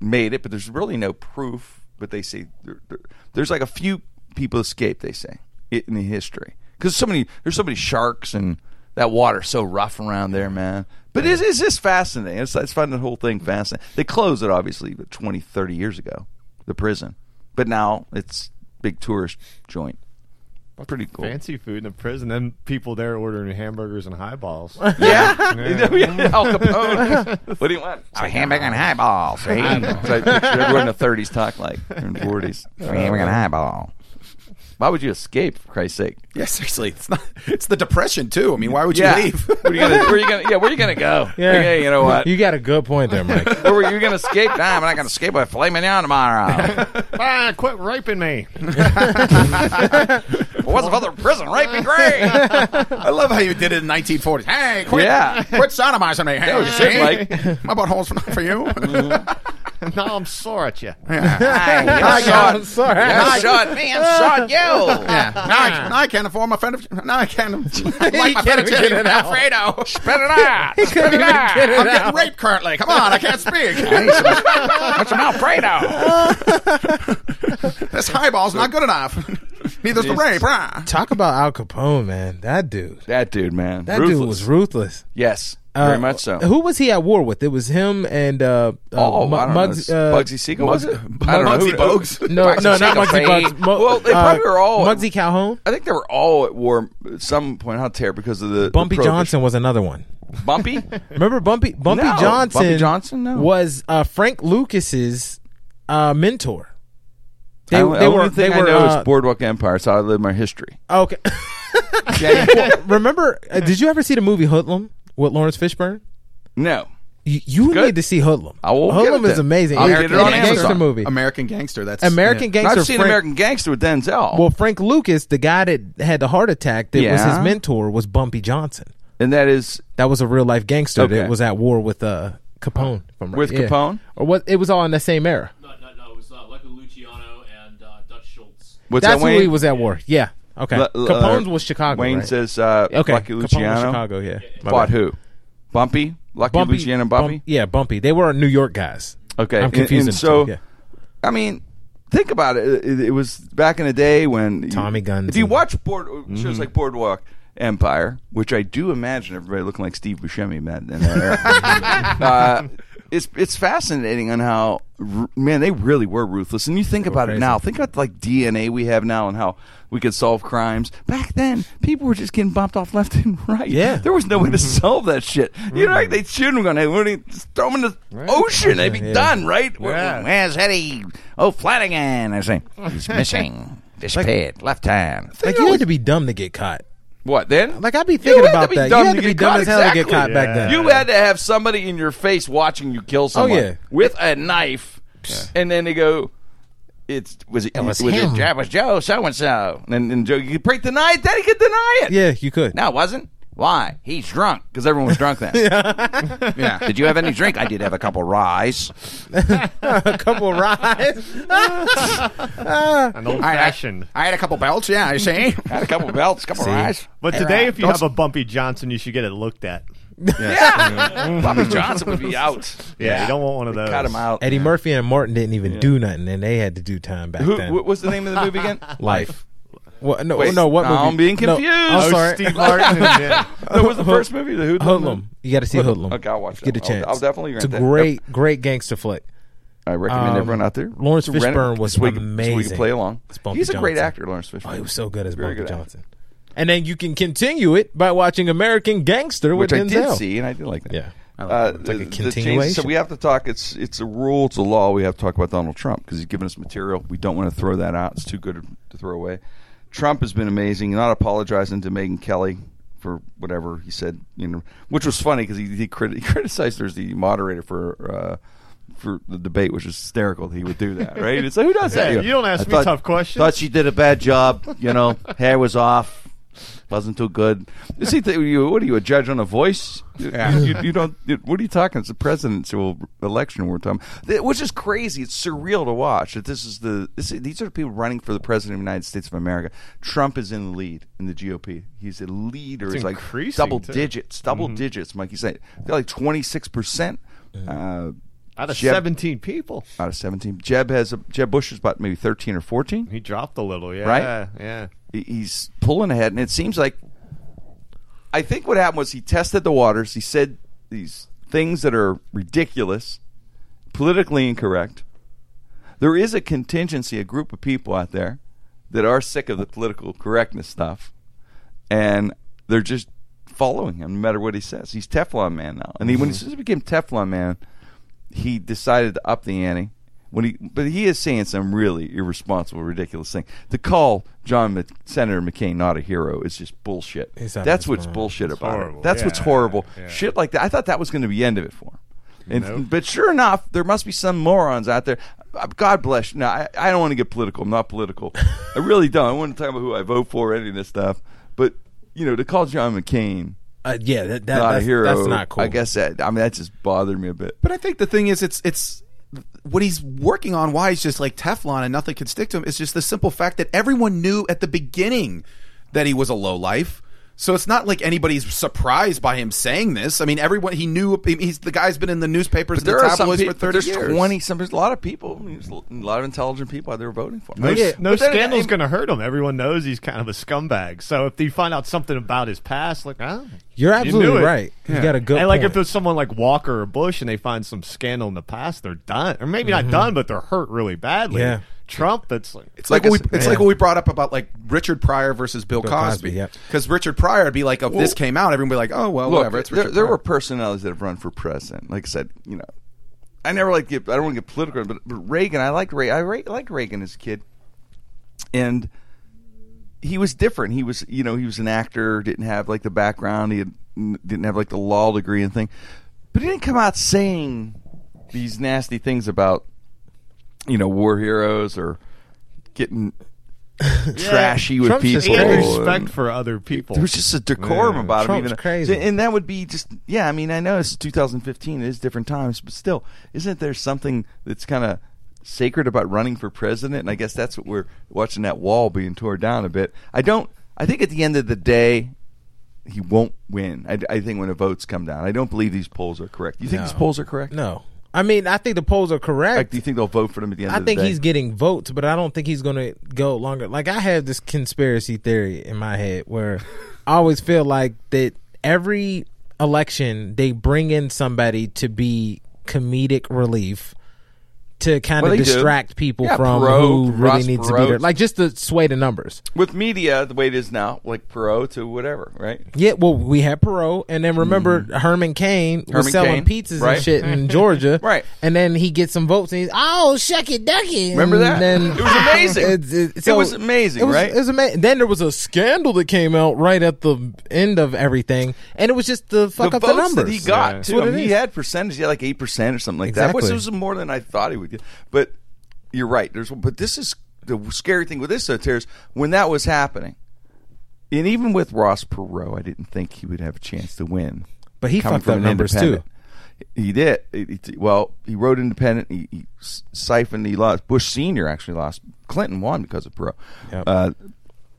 C: made it, but there's really no proof. But they say there, there- there's like a few people escaped. They say i- in the history because so many there's so many sharks and that water's so rough around there, man. But it's, it's just fascinating. It's, it's finding the whole thing fascinating. They closed it obviously but 20, 30 years ago, the prison, but now it's big tourist joint. Pretty cool.
F: Fancy food in the prison, and people there ordering hamburgers and highballs.
C: Yeah. yeah. Al Capone. what do you want? A hamburger and highball. See? everyone in the 30s talk like, and 40s. hamburger and highball. Why would you escape, for Christ's sake?
E: yeah, seriously, it's not. It's the depression too. I mean, why would
C: Yeah.
E: you leave?
C: Where you gonna, where you gonna, yeah, where you going to go?
D: Yeah.
C: Okay, you know what?
D: You got a good point there, Mike.
C: where were you going to escape? Nah, I'm not going to escape by filet mignon tomorrow.
F: ah, quit raping me.
C: but what's if other prison? Right be great.
E: I love how you did it in 1940s. Hey, quit,
C: Yeah.
E: quit sodomizing me. Hey,
C: was shit, Mike.
E: my butthole's not for you.
F: no, I'm sore at you.
C: Hi,
D: I
C: you're
D: got- I'm
C: short.
D: sorry.
C: You're short me. I'm short you.
E: Yeah. Now, I, now I can't afford my fend. Now I can't. Like my
D: can't even
E: fettuccine
D: get it out.
E: Alfredo.
C: Spit it out. Spit it out.
D: Get it
E: I'm
D: out.
E: getting raped currently. Come on, I can't speak.
C: What's some Alfredo?
E: this highball's not good enough. Neither's the rape. rah.
D: Talk about Al Capone, man. That dude.
C: That dude, man.
D: That dude was ruthless.
C: Yes,
D: Uh,
C: very much so.
D: Who was he at war with? It was him and uh, uh,
C: Oh,
D: Mu-
C: I don't
D: Muggs-
C: know.
D: uh,
C: Bugsy Siegel was it? I don't
E: Bugsy
C: know.
E: Bogues?
D: No,
C: Bugsy
D: no, not
C: Siegel,
D: Muggsy
C: Fay.
D: Bugs. Mu-
C: well, they
D: uh,
C: probably were all.
D: Muggsy Calhoun.
C: I think they were all at war at some point. How terrible because of the the
D: Bumpy
C: prohibition.
D: Johnson was another one.
C: Bumpy.
D: Remember Bumpy? Bumpy
C: No,
D: Johnson.
C: Bumpy Johnson, no.
D: was uh, Frank Lucas's uh, mentor. They,
C: I,
D: they
C: the
D: were.
C: only thing
D: they
C: I
D: were.
C: know
D: uh,
C: is Boardwalk Empire. So I live my history.
D: okay. Remember? Uh, did you ever see the movie Hoodlum with Lawrence Fishburne?
C: no.
D: You, you
C: good.
D: need to see Hoodlum.
C: I will get
D: Hoodlum
C: it
D: is
C: then.
D: amazing.
C: I'll
D: It's
C: get it
D: a
C: on
D: gangster
C: Amazon.
D: movie.
E: American Gangster. That's
D: American
E: yeah.
D: Gangster.
C: I've seen
D: Frank-
C: American Gangster with Denzel.
D: Well, Frank Lucas, the guy that had the heart attack, that was his
C: Yeah.
D: mentor, was Bumpy Johnson.
C: and that is
D: That was a real life gangster
C: Okay.
D: that was at war with uh, Capone. If I'm right.
C: With
D: Yeah.
C: Capone?
D: or what? It was all in the same era.
G: No, no, no. It was uh, Michael Luciano and uh, Dutch Schultz.
C: what's
D: That's
C: that?
D: who
C: Wayne
D: he was at war. Yeah. Okay.
C: L- L-
D: Capone's
C: uh,
D: was Chicago.
C: Wayne
D: right?
C: says, uh,
D: Okay.
C: Lucky
D: Capone was
C: Luciano.
D: Chicago. Yeah. My
C: Fought
D: bad.
C: who? Bumpy. Lucky
D: Bumpy,
C: Luciano. Bumpy.
D: Bump- yeah, Bumpy. They were New York guys.
C: Okay,
D: I'm
C: and-
D: confusing.
C: and
D: the
C: so,
D: two, yeah.
C: I mean, think about it. It, it was back in the day when you-
D: Tommy guns
C: If you
D: and- Mm-hmm.
C: watch board shows like Boardwalk Empire, which I do imagine everybody looking like Steve Buscemi, man, in that era, uh, it's it's fascinating on how r- man they really were ruthless. And you think about it
D: crazy.
C: now. Think about like DNA we have now and how we could solve crimes. Back then, people were just getting bumped off left and right.
D: Yeah. Mm-hmm.
C: there was no way to solve that shit. You know, like they shoot them, going, "Hey, what do you- just throw them in the ocean. They'd be
D: Yeah.
C: done, right?
F: Yeah.
C: Where's Eddie? Oh, Flanagan. I say he's missing. Disappeared. left hand.
D: like you had to be dumb to get caught.
C: What then?
D: Like I'd be thinking
C: had to
D: about
C: be
D: that.
C: dumb
D: You had
C: to
D: to be
C: get
D: dumb
C: caught,
D: as hell to get
C: exactly.
D: caught back then. Oh,
C: You had to have somebody in your face watching you kill someone
D: yeah.
C: with a knife, and then they go. It's was it, was, it that was Joe so and so, and then Joe you could break the night. Then he could deny it.
D: yeah, you could.
C: No, it wasn't. Why? He's drunk because everyone was drunk then. yeah. Did you have any drink? I did have a couple ryes.
D: a couple rides.
F: An old fashioned.
E: I had a couple belts. Yeah, you see.
C: Had a couple belts, couple ryes.
F: But today, if you have a Bumpy Johnson, you should get it looked at.
C: Yeah. Bobby Johnson would be out.
F: Yeah, you don't want one of those.
C: Cut him out.
D: Eddie Murphy and Martin didn't even do nothing, and they had to do time back
C: Who,
D: then.
C: what was the name of the movie again?
D: Life. What? No,
C: Wait,
D: no. What
C: now
D: movie?
C: I'm being
D: No,
C: confused.
D: I'm
C: Oh,
D: sorry.
F: Steve Martin. And,
C: That was the first movie, The Hoodlum.
D: Hoodlum. You got to see Hoodlum.
C: Okay, I'll watch
D: Get a
C: that. I'll-
D: chance.
C: I'll definitely
D: It's a
C: rent that.
D: great, great gangster flick.
C: I recommend
D: Um,
C: everyone out there.
D: Lawrence
C: to rent it
D: Fishburne was
C: so we can- So we
D: amazing.
C: can play along.
D: It's Bumpy
C: He's a great
D: Johnson.
C: actor, Lawrence Fishburne.
D: Oh, he was so good as
C: Very
D: Bumpy
C: good actor.
D: Johnson. And then you can continue it by watching American Gangster with
C: which I
D: Denzel.
C: did see, and I did like that.
D: Yeah.
C: I
D: like that. It's like a continuation.
C: so we have to talk. It's it's a rule, it's a law. We have to talk about Donald Trump because he's given us material. We don't want to throw that out. It's too good to throw away. Trump has been amazing. Not apologizing to Megan Kelly for whatever he said, you know, which was funny because he he, crit- he criticized her as the moderator for. Uh, for the debate, which is hysterical, that he would do that, right? It's like who does that?
F: Yeah,
C: You, know,
F: you don't ask
C: I
F: me tough questions.
C: Thought she did a bad job. You know, hair was off, wasn't too good. Is he? Th- you, what are you a judge on a voice? You- You, you don't. you- what are you talking? It's a presidential election we're talking, Th- which is crazy. It's surreal to watch. That this is the this, is- these are the people running for the president of the United States of America. Trump is in the lead in the GOP. He's a leader. It's, like
F: increasing,
C: double
F: too. Mm-hmm.
C: digits, double digits. Mikey said they're like twenty six percent. Uh,
F: out of
C: Jeb-
F: seventeen people,
C: out of 17. Jeb has a, Jeb Bush is about maybe 13 or 14.
F: he dropped a little. Yeah,
C: Right?
F: Yeah.
C: He- He's pulling ahead, and it seems like I think what happened was he tested the waters. He said these things that are ridiculous, politically incorrect. There is a contingency, a group of people out there that are sick of the political correctness stuff, and they're just following him no matter what he says. He's Teflon Man now, and he, when he says he became Teflon Man, he decided to up the ante. When he, but he is saying some really irresponsible, ridiculous thing. To call John Mc, Senator McCain not a hero is just bullshit.
D: He's not
C: That's
D: a
C: what's
D: hero.
C: bullshit about
F: horrible.
C: it. That's what's
F: Yeah,
C: horrible.
F: yeah.
C: Shit like that. I thought that was going to be the end of it for him. And, But sure enough, there must be some morons out there. Uh, God bless. you. No, I, I don't want to get political. I'm not political. I really don't. I want to talk about who I vote for, any of this stuff. But you know, to call John McCain
D: Uh, yeah, that, that,
C: not
D: that's,
C: a hero,
D: that's not cool.
C: I guess that. I mean, that just bothered me a bit.
E: But I think the thing is, it's it's what he's working on. Why he's just like Teflon and nothing can stick to him. Is just the simple fact that everyone knew at the beginning that he was a low life. So it's not like anybody's surprised by him saying this. I mean, everyone he knew. I mean, He's the guy's been in the newspapers, and the tabloids for
C: peop- but
E: thirty
C: there's
E: years.
C: twenty some. There's a lot of people. I mean, there's a lot of intelligent people out there voting for him.
F: No,
D: Oh, yeah,
F: no
C: but then-
F: scandal's
C: I-
F: going to hurt him. Everyone knows he's kind of a scumbag. So if you find out something about his past, like, ah,
D: You're absolutely
F: it.
D: right. You got a good
F: and like
D: point.
F: if it's someone like Walker or Bush and they find some scandal in the past, they're done, or maybe not done, but they're hurt really badly.
D: Mm-hmm. Yeah.
F: Trump, that's like
E: It's like,
C: Like I
E: what
C: said,
E: we, it's
C: yeah.
E: like what we brought up about like Richard Pryor versus Bill,
D: Cosby,
E: Cosby.
D: yeah.
E: Because Richard Pryor would be like, "Oh, if this came out, everyone would be like, oh well,
C: Look,
E: whatever. It's
C: there,
E: Richard
C: there
E: Pryor.
C: were personalities that have run for president. Like I said, you know, I never like get. I don't want to get political, but, but Reagan, I liked Reagan. I re- liked Reagan as a kid, and he was different. He was, you know, he was an actor. Didn't have like the background. He had, didn't have like the law degree and thing, but he didn't come out saying these nasty things about, you know, war heroes or getting trashy with
D: Trump's just
C: people.
F: he had
D: People-
F: respect for other people.
C: There was just a decorum
F: Yeah.
C: about
D: Trump's
C: him. Even
D: crazy.
C: and that would be just yeah. I mean, I know it's 2015. It is different times, but still, isn't there something that's kind of sacred about running for president? And I guess that's what we're watching that wall being tore down a bit. I don't. I think at the end of the day, he won't win. I, I think when the votes come down, I don't believe these polls are correct. You think
D: No.
C: these polls are correct?
D: no. I mean, I think the polls are
C: Like,
D: correct.
C: do you think they'll vote for them at the end
D: I
C: of the day?
D: think he's getting votes, but I don't think he's going to go longer. Like I have this conspiracy theory in my head where I always feel like that every election they bring in somebody to be comedic relief to kind
C: Well,
D: of
C: they do.
D: distract people
C: Yeah,
D: from
C: Perot,
D: who really
C: Ross
D: needs to be
C: Perot.
D: there. Like just to sway the numbers.
C: with media the way it is now, like Perot to whatever, right?
D: Yeah, well, we had Perot, and then remember Herman Cain was
C: Mm. Herman
D: selling
C: Cain,
D: pizzas
C: right.
D: and shit in Georgia,
C: Right.
D: And then he gets some votes, and he's oh shucky ducky.
C: Remember
D: and
C: that?
D: Then
C: It was amazing. It was amazing,
D: it was,
C: right?
D: It was amazing. Then there was a scandal that came out right at the end of everything, and it was just to fuck
C: the
D: up
C: votes
D: the numbers
C: that he got
D: That's
C: too.
D: what
C: I
D: it
C: mean, he
D: is.
C: had percentage, he had like eight percent or something like that,
D: Exactly.
C: which was more than I thought he would get. But you're right. There's, but this is the scary thing with this though, Terrence. When that was happening, and even with Ross Perot, I didn't think he would have a chance to win.
D: But he
C: Coming
D: fucked
C: from
D: up
C: an
D: numbers, too.
C: independent. He did. He- he- well, he wrote independent. He, he siphoned. He lost. Bush Senior actually lost. Clinton won because of Perot.
D: Yep.
C: Uh,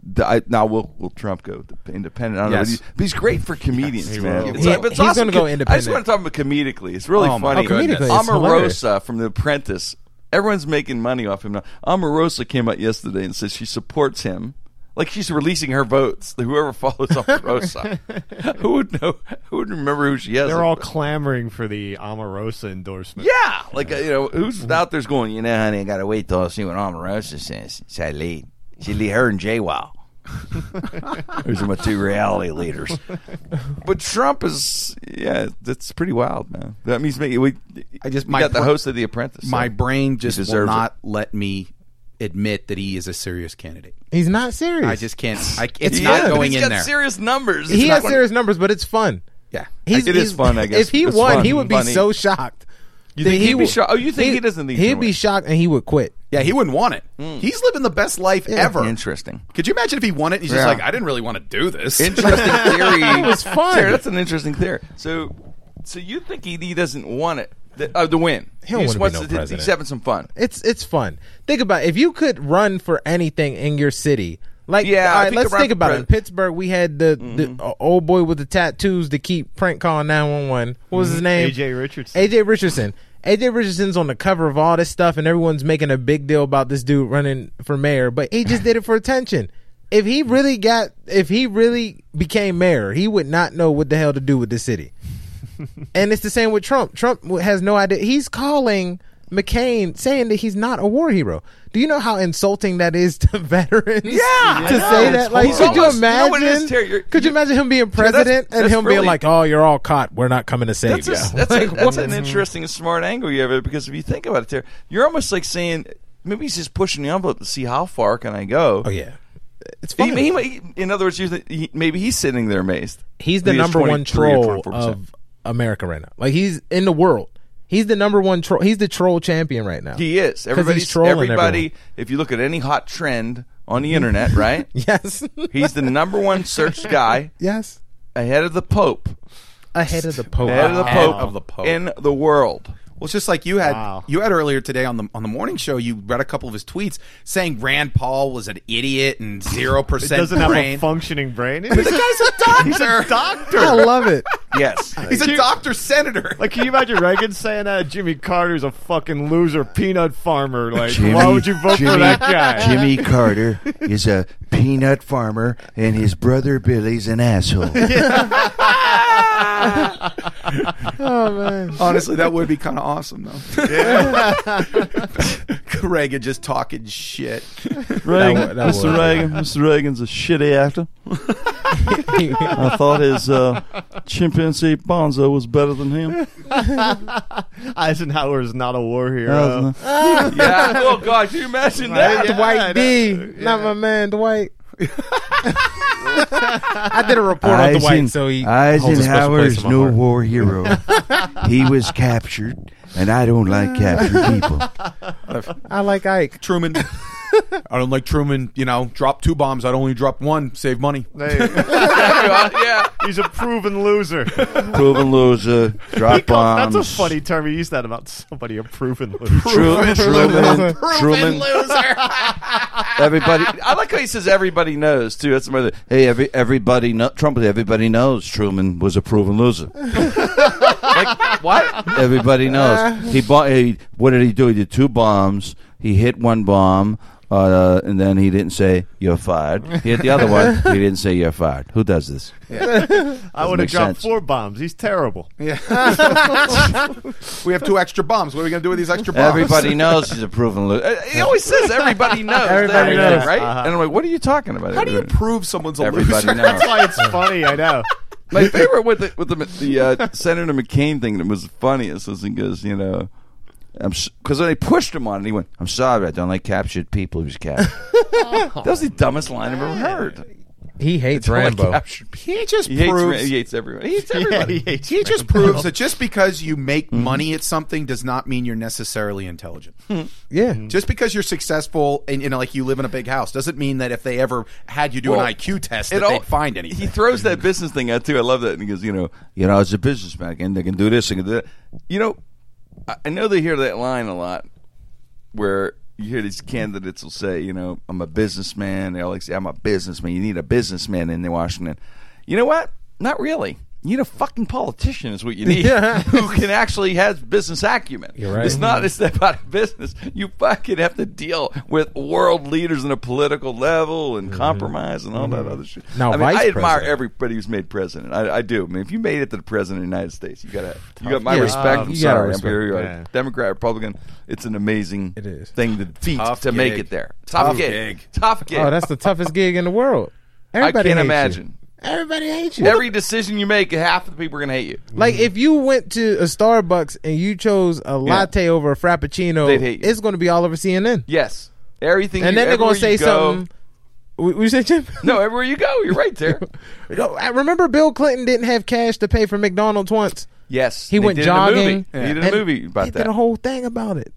C: the, I, now will will Trump go independent? I don't know,
E: Yes.
C: but he's, but he's great for comedians, man. It's
D: He-
C: like- but it's
D: he's
C: also
D: gonna go
C: co- I just
D: independent.
C: want to talk about comedically. It's really
E: Oh, my
C: funny.
D: goodness. Oh, comedically, it's hilarious.
C: Omarosa uh, from The Apprentice. Everyone's making money off him now. Omarosa came out yesterday and says she supports him Like she's releasing her votes. Whoever follows Omarosa, who would know? Who would remember who she is?
F: They're all clamoring for the Omarosa endorsement.
C: yeah. Like uh, you know, who's out there's going? You know, honey, I gotta wait till I see what Omarosa says. It's that lead. She lead her and Jay Wow. Those are my two reality leaders. But Trump is, yeah, that's pretty wild, man. That means maybe we.
E: I just-
C: we
E: my
C: got the
E: point-
C: host of The Apprentice.
E: My
C: so
E: brain just
C: He
E: will
C: deserves
E: not let me admit that he is a serious candidate.
D: He's not serious.
E: I just can't. I, it's
C: Yeah,
E: not
C: but
E: going
C: he's got
E: in there.
C: serious numbers.
D: he
C: It's not
D: has
C: gonna-
D: serious numbers, but it's fun.
E: yeah.
D: He's,
C: It is
D: he's-
C: fun, I guess.
D: If he
C: It's
D: won,
C: fun,
D: he would be
C: funny.
D: so shocked. You
C: think he'd be shocked? Oh, you think he doesn't think he
D: he'd
C: can
D: be
C: win?
D: shocked and he would quit.
E: Yeah, he wouldn't want it. He's living the best life ever.
C: Interesting.
E: Could you imagine if he won it? He's just
C: Yeah.
E: like, I didn't really want to do this.
C: Interesting theory. it
D: was fun.
C: that's an interesting theory. So, so you think he, he doesn't want it? The, uh, the win.
D: He don't
C: just
D: wanna
C: wants
D: be no
C: to- He's
D: president.
C: having some fun.
D: It's it's fun. Think about it. if you could run for anything in your city. Like,
C: Yeah, I
D: all right,
C: think
D: let's
C: the run
D: think
C: for
D: about it.
C: pres-
D: In
C: Mm-hmm.
D: Pittsburgh, we had the, the uh, old boy with the tattoos to keep prank calling nine one one. What was
C: Mm-hmm.
D: his name?
F: AJ Richardson.
D: AJ Richardson. AJ Richardson's on the cover of all this stuff, and everyone's making a big deal about this dude running for mayor, but he just did it for attention. If he really got, if he really became mayor, he would not know what the hell to do with the city. and it's the same with Trump. Trump w- has no idea. He's calling McCain saying that he's not a war hero. Do you know how insulting that is to veterans?
C: Yeah,
D: to
C: I know.
D: say
C: It's
D: that. Like, could
C: horrible.
D: you
C: You know what
D: imagine?
C: it is, Terry? You're-
D: could you imagine him being
C: that's-
D: president and
C: that's
D: him being
C: really-
D: like, "Oh, you're all caught. We're not coming to save
C: That's
D: you."
C: a, that's, a, that's an interesting and smart angle you have it because if you think about it, there you're almost like saying maybe he's just pushing the envelope to see how far can I go.
D: Oh yeah, it's
C: He,
D: funny.
C: he, might- in other words, you think he, maybe he's sitting there amazed.
D: he's the
C: He is
D: number one
C: 23 or
D: troll
C: 24%.
D: of America right now. Like he's in the world. He's the number one troll. He's the troll champion right now.
C: He is. Everybody's
D: trolling
C: everybody.
D: everyone.
C: If you look at any hot trend on the internet, right?
D: Yes.
C: He's the number one searched guy
D: yes.
C: ahead of the Pope.
D: Ahead of the Pope.
C: Ahead of the
E: Ahead
C: Pope,
E: of the Pope.
C: in the world.
E: Well, it's just like you had
F: Wow.
E: you had earlier today on the on the morning show. You read a couple of his tweets saying Rand Paul was an idiot and zero percent
F: Doesn't have
E: brain.
F: a functioning brain.
E: the guy's a doctor.
D: I
F: doctor.
D: love it.
C: Yes.
E: He's a doctor senator.
F: Like, can you imagine Reagan saying that Jimmy Carter's a fucking loser, peanut farmer? Like, why
H: Jimmy-
F: would you vote for
H: Jimmy-
F: that guy?
H: Jimmy Carter is a peanut farmer, and his brother Billy's an asshole.
D: Oh man.
E: honestly, that would be kind of awesome though. Reagan just talking shit.
D: Reagan- That would- that Mr. would. Reagan-
H: Mr. Reagan's a shitty actor.
D: He-
H: I thought his uh, chimpanzee Bonzo was better than him.
F: Eisenhower is not a war
D: Uh,
F: hero.
C: yeah. Oh God, can you imagine that?
D: Dwight D. Not my man, Dwight. I did a report on Dwight, so he holds a special
H: Eisenhower
D: place
H: is
D: in my
H: no
D: heart.
H: war hero. he was captured, and I don't like captured people.
D: I like Ike.
E: Truman. I don't like Truman. You know, drop two bombs. I'd only drop one. Save money.
F: Hey,
C: yeah.
F: he's a proven loser.
H: Proven loser, drop bombs.
F: That's a funny term. You use that about somebody, a proven loser.
H: Tru- Truman, Truman,
E: loser.
H: everybody.
C: I like how he says everybody knows too. That's another.
H: Hey, every, everybody, kno- Trump, everybody knows Truman was a proven loser.
C: Like what?
H: Everybody knows he bought. He, what did he do? He did two bombs. He hit one bomb, uh, and then he didn't say you're fired. He hit the other one. He didn't say you're fired. Who does this?
F: I would have
H: make
F: dropped
H: sense.
F: four bombs. He's terrible.
E: we have two extra bombs. What are we gonna do with these extra bombs?
H: Everybody knows he's a proven loser.
C: Uh, He always says everybody knows.
D: Everybody
C: that,
D: knows.
C: right?
F: Uh-huh.
C: And I'm like, what are you talking about?
E: How do you
C: Everybody-
E: prove someone's a
C: Everybody
E: loser?
C: knows.
F: That's why it's funny. I know.
C: My favorite with the with the, the uh, Senator McCain thing that was funniest was he goes, you know, because they pushed him on it. He went,
H: I'm sorry, I don't like captured people. Who's captured?
C: that was the dumbest line I've ever heard.
D: He hates
C: Like,
D: Rambo.
C: captured people.
E: He just
C: He hates,
E: proves.
C: Ra- he hates everyone. He hates
F: Yeah,
C: everybody.
F: he hates
E: He just
F: Frank
E: proves that just because you make
C: Mm-hmm.
E: money at something does not mean you're necessarily intelligent.
C: Hmm.
D: Yeah.
E: just because you're successful and you know, like you live in a big house, doesn't mean that if they ever had you do
C: Well,
E: an IQ test,
C: it
E: that
C: all-
E: they'd find
C: He
E: anything.
C: throws that business thing out too. I love that. And he goes, you know,
H: You know, as a businessman, and they can do this, they can do that.
C: you know, I- I know they hear that line a lot, where you hear these candidates will say, you know, I'm a businessman. They all like say, I'm a businessman. You need a businessman in Washington. You know what? Not really. You need a fucking politician is what you need who can actually has business acumen.
D: You're right. Mm-hmm.
C: It's not it's about business. You fucking have to deal with world leaders on a political level and compromise and all that other shit.
D: Mm-hmm. Now,
C: I mean,
D: vice
C: I admire
D: president.
C: everybody who's made president. I, I do. I mean, if you made it to the president of the United States, you got you got my
D: Yeah.
C: respect.
D: Um,
C: I'm
D: you gotta
C: sorry,
D: respect-
C: I'm very
F: yeah.
C: Democrat, Republican. It's an amazing
D: It is.
C: thing to feat
E: Tough
C: to make
E: gig.
C: it there. Tough,
E: Tough
C: gig.
E: gig.
C: Tough gig.
D: Oh, that's the toughest gig in the world. Everybody
C: can't
D: hates you.
C: imagine.
D: Everybody hates you.
C: Every decision you make, half of the people are gonna hate you.
D: Like if you went to a Starbucks and you chose a latte over a frappuccino,
C: They'd hate you.
D: it's going to be all over CNN.
C: Yes, everything.
D: and
C: you-
D: then they're going
C: everywhere
D: to say
C: you go-
D: something. We, we said Jim.
C: No, everywhere you go, you're right there.
D: No, I remember Bill Clinton didn't have cash to pay for McDonald's once.
C: Yes,
D: He
C: they
D: went
C: did a movie.
D: jogging.
C: He did a
D: and
C: movie
D: they
C: about that.
D: Did a whole thing about it.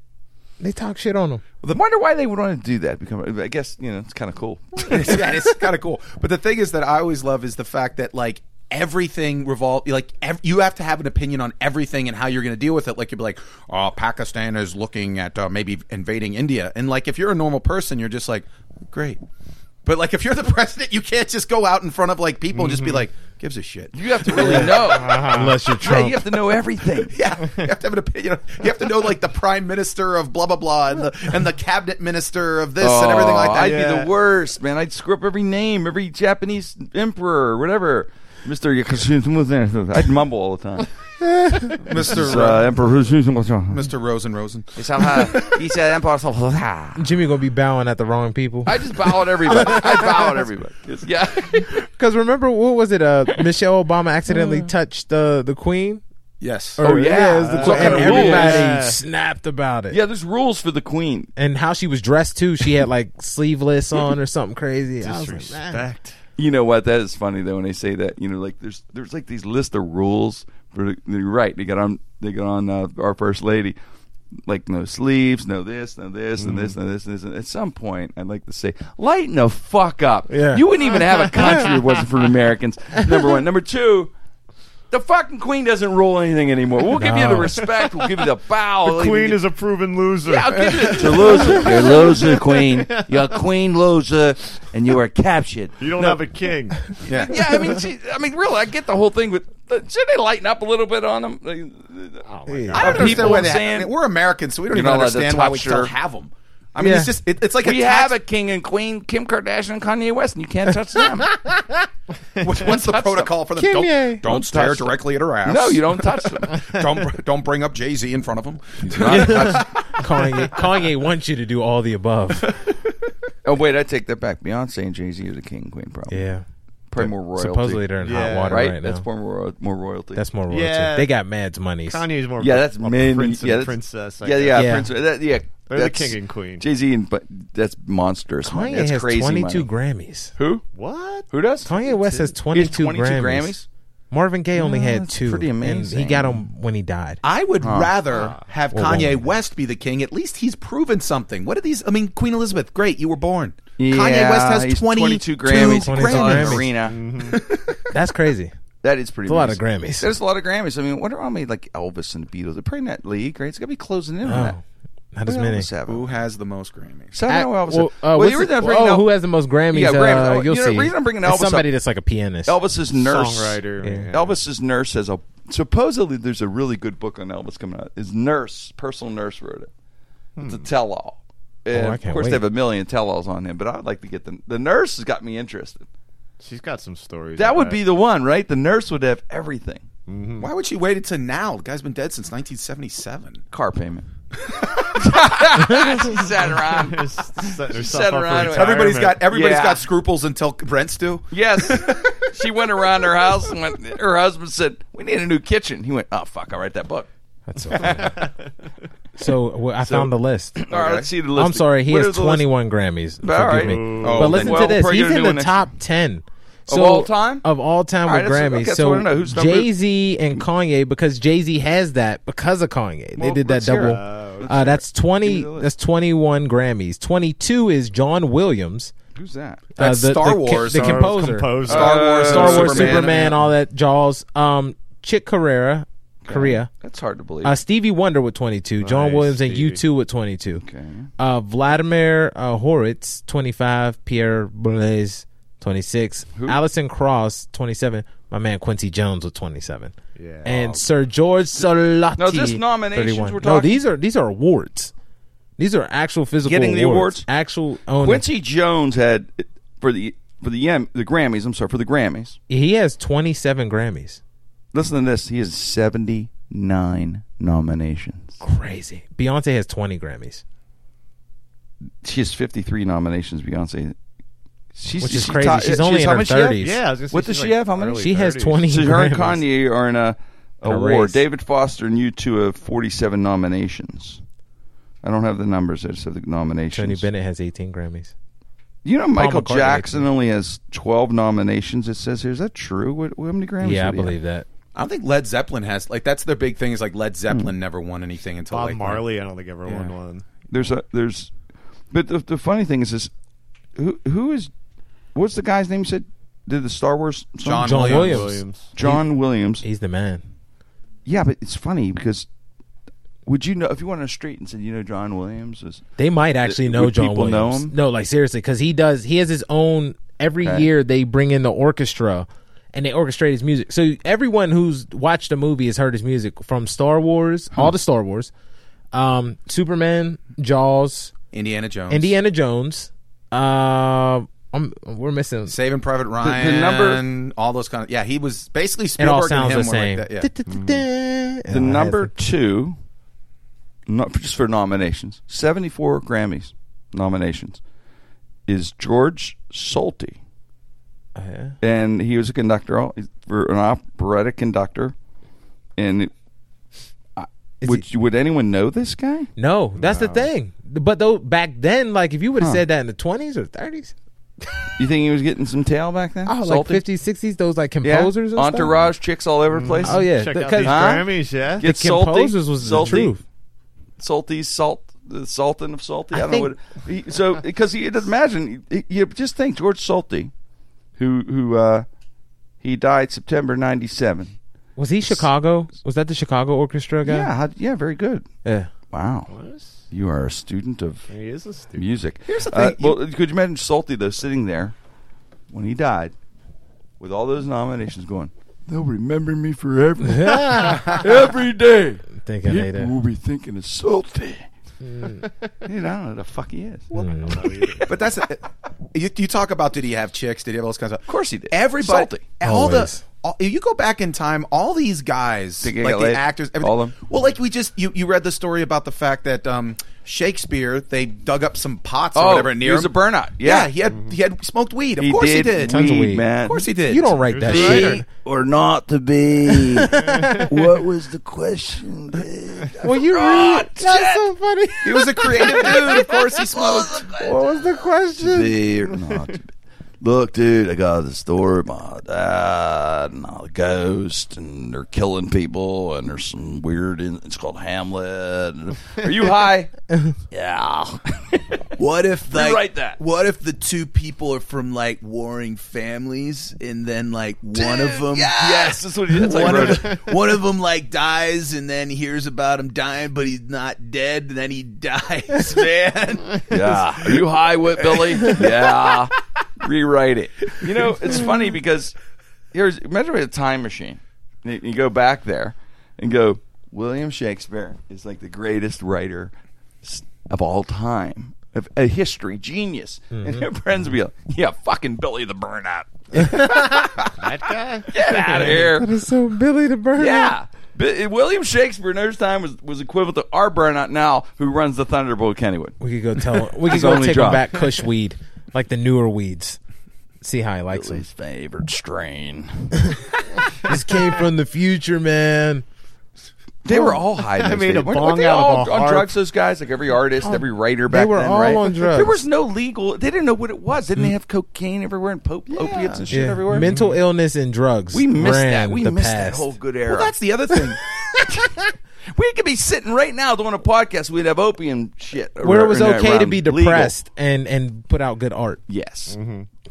D: They talk shit on him.
C: I wonder why they would want to do that. Become, I guess you know, it's kind of cool.
E: yeah, it's kind of cool. But the thing is that I always love is the fact that like everything revolve like ev- you have to have an opinion on everything and how you're going to deal with it. Like you'd be like, oh, Pakistan is looking at uh, maybe invading India, and like if you're a normal person, you're just like, great. But like if you're the president, you can't just go out in front of like people and just be like, gives a shit.
C: Mm-hmm. You have to really know.
B: Unless you're
C: Yeah,
B: Trump.
C: you have to know everything.
E: Yeah, you have to have an opinion. You have to know like the prime minister of blah blah blah and the and the cabinet minister of this and everything like
C: Aw,
E: that.
C: I'd be the worst, man. I'd screw up every name, every Japanese emperor, or whatever. Mister, I'd mumble all the time.
E: Mr.
C: Uh, Emperor,
E: Mr. Rosen Rosen.
H: he said Empire.
D: Jimmy gonna be bowing at the wrong people.
C: I just bow at everybody. I bow at everybody. Yeah,
D: Because remember, what was it? Uh, Michelle Obama accidentally touched the the Queen.
E: Yes.
D: Or-
C: Oh, yeah.
D: it was
C: Some
D: the Queen,
C: kind
D: and
C: of
D: everybody
F: rules.
D: snapped about it.
C: yeah. There's rules for the queen.
D: and how she was dressed too. She had like sleeveless on or something crazy. I was like, man.
C: You know what? That is funny though when they say that. You know, like there's there's like these list of rules. For you're right. They got on they got on uh, our first lady. Like no sleeves, no this, no this, and
F: Mm.
C: this, no this, and this. And at some point, I'd like to say, lighten the fuck up.
D: Yeah.
C: You wouldn't even have a country if it wasn't for Americans. Number one. Number two. The fucking queen doesn't rule anything anymore. We'll give you the
D: No.
C: respect. We'll give you the bow.
F: The queen is a proven loser.
C: Yeah, I'll give you the
H: You're a loser. You're a loser, queen. You're a queen loser, and you are captured.
F: you don't have a king.
C: yeah, I mean, she, I mean, really, I get the whole thing with. Should they lighten up a little bit on them? Oh my
E: I don't
C: People
E: understand why they.
C: saying-
E: I mean, we're Americans, so we don't
C: You're
E: even
C: not allowed to
E: understand why we
C: touch her.
E: still have them. I mean,
D: Yeah.
E: it's just it, it's like
C: We
E: a tax,
C: have a king and queen, Kim Kardashian and Kanye West, and you can't touch them.
E: What's the protocol for them?
D: Kim Ye.
E: Don't, don't stare directly at her ass.
C: no, you don't touch them.
E: don't don't bring up Jay Z in front of them.
D: Kanye, Kanye wants you to do all the above.
C: Oh wait, I take that back. Beyonce and Jay Z are the king and queen, probably.
D: Yeah,
C: probably more royalty.
D: supposedly they're in hot
F: Yeah.
D: water right,
C: right?
D: now.
C: That's more royal- more royalty.
D: That's more royalty.
F: Yeah.
D: They got Mad's money.
F: Kanye's more.
C: yeah, that's
F: a
C: men.
F: prince and
C: yeah, that's,
F: princess. I
C: Yeah,
F: guess.
C: yeah,
D: Yeah.
C: prince. That, yeah,
F: They're the king and queen.
C: Jay Z and but that's monstrous. money.
D: Kanye
C: that's
D: has
C: crazy
D: 22
C: money.
D: Grammys.
C: Who?
F: What?
C: Who does?
D: Kanye West has
C: He has
D: 22, Grammys. Marvin Gaye only had
C: that's
D: two.
C: pretty amazing.
D: And he got them when he died.
E: I would rather have
D: Well,
E: Kanye
D: well.
E: West be the king. At least he's proven something. What are these? I mean, Queen Elizabeth, great, you were born. Kanye
C: Yeah,
E: West
C: he's
E: has 22,
C: 22 Grammys.
D: Twenty-two
E: Grammys.
D: Grammys.
C: Arena.
D: That's crazy.
C: That is pretty.
D: It's a lot of
C: amazing.
D: Grammys.
C: There's a lot of Grammys. I mean, wonder how many like Elvis and the Beatles. They're probably in that league, right? It's gonna be closing in on that.
D: Oh, not as
C: What
D: many.
C: Elvis have?
E: Who has the most Grammys?
C: So I
D: At-
C: don't know Elvis.
D: well,
C: Well,
D: uh,
C: well
D: what's
C: you were
D: the-
C: gonna bring
D: oh,
C: up-
D: who has the most Grammys?
C: Yeah, Grammys.
D: Uh,
C: Oh,
D: you'll
C: you know,
D: see.
C: the reason I'm bringing
D: It's
C: Elvis up-
D: somebody that's like a pianist.
C: Elvis's nurse.
F: Songwriter.
D: Yeah.
F: yeah.
C: Elvis's nurse has a supposedly there's a really good book on Elvis coming out. His nurse, personal nurse, wrote it. It's a tell-all. And
D: Hmm. Oh, I
C: of
D: can't
C: course, they
D: wait.
C: have a million tell-alls on him, but I'd like to get the the nurse has got me interested.
F: She's got some stories.
C: That
F: I
C: would
F: bet.
C: be the one, right? The nurse would have everything.
E: Why would she wait until now? The guy's been dead since 1977.
C: Car payment. she sat around.
F: Just setting herself
C: Set
F: up
C: her on
F: for
C: it.
E: Everybody's got
F: retirement.
E: everybody's
C: Yeah.
E: got scruples until Brents do.
C: Yes. she went around her house and went, her husband said, We need a new kitchen. He went, Oh, fuck, I'll write that book.
D: That's so funny. so well, I found the list.
C: All right, let's see the list.
D: I'm sorry, he
C: What
D: has
C: is the list?
D: 21 Grammys.
C: All right.
D: Forgive me.
C: Ooh.
D: but listen
C: Oh, well,
D: to this.
C: we're
D: He's
C: gonna
D: in
C: do
D: the
C: an ex-
D: top 10.
C: all time?
D: Of all time
C: All right,
D: with
C: that's- okay,
D: Grammys.
C: that's what I know.
D: so
C: Who's number-
D: Jay Z and Kanye, because Jay Z has that because of Kanye.
C: Well,
D: they did that
C: let's hear
D: double.
C: it.
D: Uh, that's 20.
C: the list.
D: That's 21 Grammys. 22 is John Williams.
C: Who's that? Uh,
D: uh,
E: That's
D: the-
E: Star
D: the,
E: Wars.
D: The,
E: Star Wars
D: composer.
F: composer.
E: Star Wars,
D: Star Wars,
E: Superman.
D: Superman, all that. Jaws. Um, Chick Carrera, Korea.
C: That's hard to believe.
D: Uh, Stevie Wonder with 22. John
F: Nice,
D: Williams
F: Stevie.
D: and U2 with 22.
C: okay.
D: Uh, Vladimir uh, Horitz, 25. Pierre Boulez, 26. Allison Cross, 27. My man Quincy Jones with 27.
F: Yeah.
D: And Sir George Solati.
C: No, just nominations
D: 31.
C: we're
D: No,
C: talking-
D: these are these are awards. These are actual physical
C: Getting the awards?
D: Actual oh, owner.
C: Quincy Jones had for the for the Yam- the Grammys. I'm sorry for the Grammys.
D: He has 27 Grammys.
C: Listen to this. He has 79 nominations.
D: Crazy. Beyonce has 20 Grammys.
C: She has 53 nominations. Beyonce. She's,
D: Which is
C: she
D: crazy.
C: ti-
D: She's only in
C: how
D: her
C: much she have?
D: 30s.
F: Yeah, I was gonna say
C: What does
F: she's
C: she
F: like
C: have? How many?
F: early
D: She has
F: 30s.
D: 20
C: So her and
D: Grammys.
C: Kanye are in a,
D: In a
C: award.
D: race.
C: David Foster and you two have 47 nominations. I don't have the numbers. I just have the nominations.
D: Tony Bennett has 18 Grammys.
C: You know, Michael
D: McCartney,
C: Jackson
D: I
C: only has 12 nominations. It says here. Is that true? What, how many Grammys?
D: Yeah, I
C: did he have?
D: believe that.
E: I don't think Led Zeppelin has like that's their big thing is like Led
D: Hmm.
E: Zeppelin never won anything until
F: Bob
E: like
F: Marley, I don't think ever won one.
C: There's a there's, but the, the funny thing is this, who who is, what's the guy's name? Said did the Star Wars song?
E: John,
D: John
E: Williams.
D: Williams.
C: John Williams.
D: He's the man.
C: Yeah, but it's funny because, would you know if you went on the street and said you know John Williams is
D: They might actually know
C: would
D: John
C: people know
D: Williams.
C: him?
D: No, like seriously, because he does. He has his own. Every
C: Okay.
D: year they bring in the orchestra, and they orchestrate his music. So everyone who's watched the movie has heard his music from Star Wars, all the Star Wars, um, Superman, Jaws,
E: Indiana Jones.
D: Indiana Jones. Uh, I'm, we're missing.
E: Saving Private Ryan.
C: number-
E: all those kind of yeah. He was basically
D: It
E: Spielberg
D: all
E: and
D: sounds
E: him
D: the
E: were
D: same.
E: like that. Yeah.
C: Mm. the number two, not just for nominations, seventy four Grammys nominations, is George Solti.
D: yeah.
C: and he was a conductor al- for an operatic conductor and it, I-
D: Is
C: would you- would anyone know this guy
D: No, that's the thing. But though back then, like if you would have said that in the 20s or 30s,
C: you think he was getting some tail back then
D: oh, like
C: Salty?
D: 50s, 60s, those like
C: yeah
D: composers, and stuff.
C: entourage chicks all over the place
D: Oh yeah,
F: Check out
D: because
F: these
C: Huh?
F: Grammys, yeah.
C: get salty
D: composers was the
C: salty,
D: truth.
C: salty salt the sultan of salty i,
D: I
C: don't
D: think-
C: know what he, so because you imagine you- you just think george salty who who uh he died september 97
D: Was he Chicago? Was that the Chicago Orchestra guy?
C: yeah how, yeah very good
D: Yeah.
C: wow you are a student of
F: He is a stupid.
C: music. Here's
E: the thing,
C: well, could you imagine Salty though sitting there when he died with all those nominations going? They'll remember me forever. Every day,
D: Think I
C: people
D: made it.
C: will be thinking of Salty. you know, I don't know who the fuck he is.
E: But that's you, you talk about did he have chicks? Did he have all this kind of stuff? Of
C: course he did.
E: Everybody,
C: Salty.
E: all the.
D: Always.
E: All, if you go back in time, all these guys,
C: Did he
E: like
C: get
E: the
C: laid?
E: actors,
C: All of 'em?
E: Well, like we just you, you read the story about the fact that um, Shakespeare they dug up some pots or
C: Oh,
E: whatever
C: he
E: near
C: was
E: him.
C: a burnout.
E: Yeah,
C: Yeah.
E: he had he had smoked weed. Of course he did.
D: Tons of
C: weed,
D: weed.
C: man.
E: Of course he did.
D: You don't write that
F: Be-
D: shit.
H: or not to be? what was the question? babe?
D: Well, you read. That's so funny.
E: He was a creative dude. Of course he smoked.
D: what was the
H: To
D: question?
H: be or not to be? Look, dude, I got this story about my dad and all the ghosts, and they're killing people, and there's some weird. In- it's called Hamlet. and-
C: Are you high?
H: yeah.
I: What if like
C: Rewrite that.
I: What if the two people are from like warring families, and then like one of them,
C: yes, that's what he that's how he
I: one
C: wrote
I: of
C: it.
I: one of them like dies, and then he hears about him dying, but he's not dead, and then he dies, man.
C: Yeah. Are you high, Whit Billy? yeah. Rewrite it. You know, it's funny because here's imagine we had a time machine. And You, you go back there and go, William Shakespeare is like the greatest writer s- of all time. Of a history genius.
F: Mm-hmm.
C: And your friends would be like, Yeah, fucking Billy the Burnout.
F: That guy.
C: Get out of here.
D: It's so Billy the Bird.
C: Yeah. Bi- William Shakespeare in his time was, was equivalent to our burnout now, who runs the Thunderbolt Kennywood.
D: We could go tell. We could
C: His
D: go
C: only
D: take
C: job.
D: him back Kush weed, like the newer weeds. See how he likes them.
C: His favorite strain.
D: This came from the future, man.
C: They
D: Oh.
C: were all high. I
F: made a
C: were
F: bong
C: they
F: out of
C: all
F: a
C: on
F: harp.
C: drugs? Those guys, like every artist, every writer back
D: Oh, were
C: then,
D: all
C: right?
D: on
C: There
D: drugs. Mm.
C: was no legal. They didn't know what it was. Didn't they have cocaine everywhere and po- opiates and shit
D: Yeah.
C: everywhere?
D: Mental illness and drugs.
C: we missed
D: ran
C: that. We
D: the
C: missed that
D: past.
C: whole good era.
E: Well, that's the other thing.
C: we could be sitting right now doing a podcast. We'd have opium shit.
D: Where it
C: around-
D: was
C: around
D: okay to be
C: legal.
D: depressed and and put out good art.
C: Yes.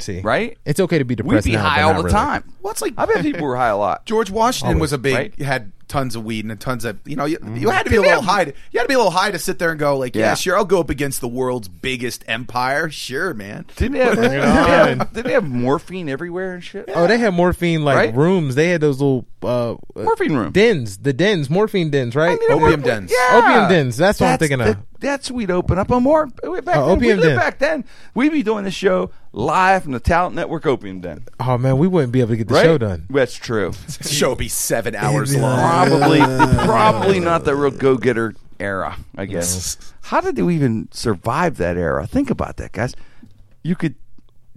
D: See,
C: Right?
D: Mm-hmm. It's okay to be
C: We'd
D: depressed.
C: be
D: now, but
C: high
D: not
C: all the
D: really.
C: time.
E: What's like
C: I bet people were high a lot.
E: George Washington was a big
C: right? Mm-hmm.
E: had tons of weed and tons of you know you, you had to be a little high. To, you had to be a little high to sit there and go like, yeah,
C: Yeah.
E: sure, I'll go up against the world's biggest empire. Sure, man.
C: Didn't they have, didn't they have, didn't they have morphine everywhere and shit?
D: Oh, they had morphine like
C: Right?
D: rooms. They had those little uh,
C: Morphine room.
D: dens, the dens, morphine dens, right?
C: mean, it
E: Opium
C: worked-
E: dens.
C: Yeah.
D: Opium dens, that's what I'm thinking of. Oh,
C: the- That's we'd open up a more back then, we
D: opium
C: lived
D: den.
C: Back then, we'd be doing this show live from the Talent Network Opium Den.
D: oh man, we wouldn't be able to get the
C: Right?
D: show done.
C: That's true.
E: The show would be seven hours
D: be
E: long.
D: like-
C: Probably, probably not the real go-getter era. I guess. How did you even survive that era? Think about that, guys. You could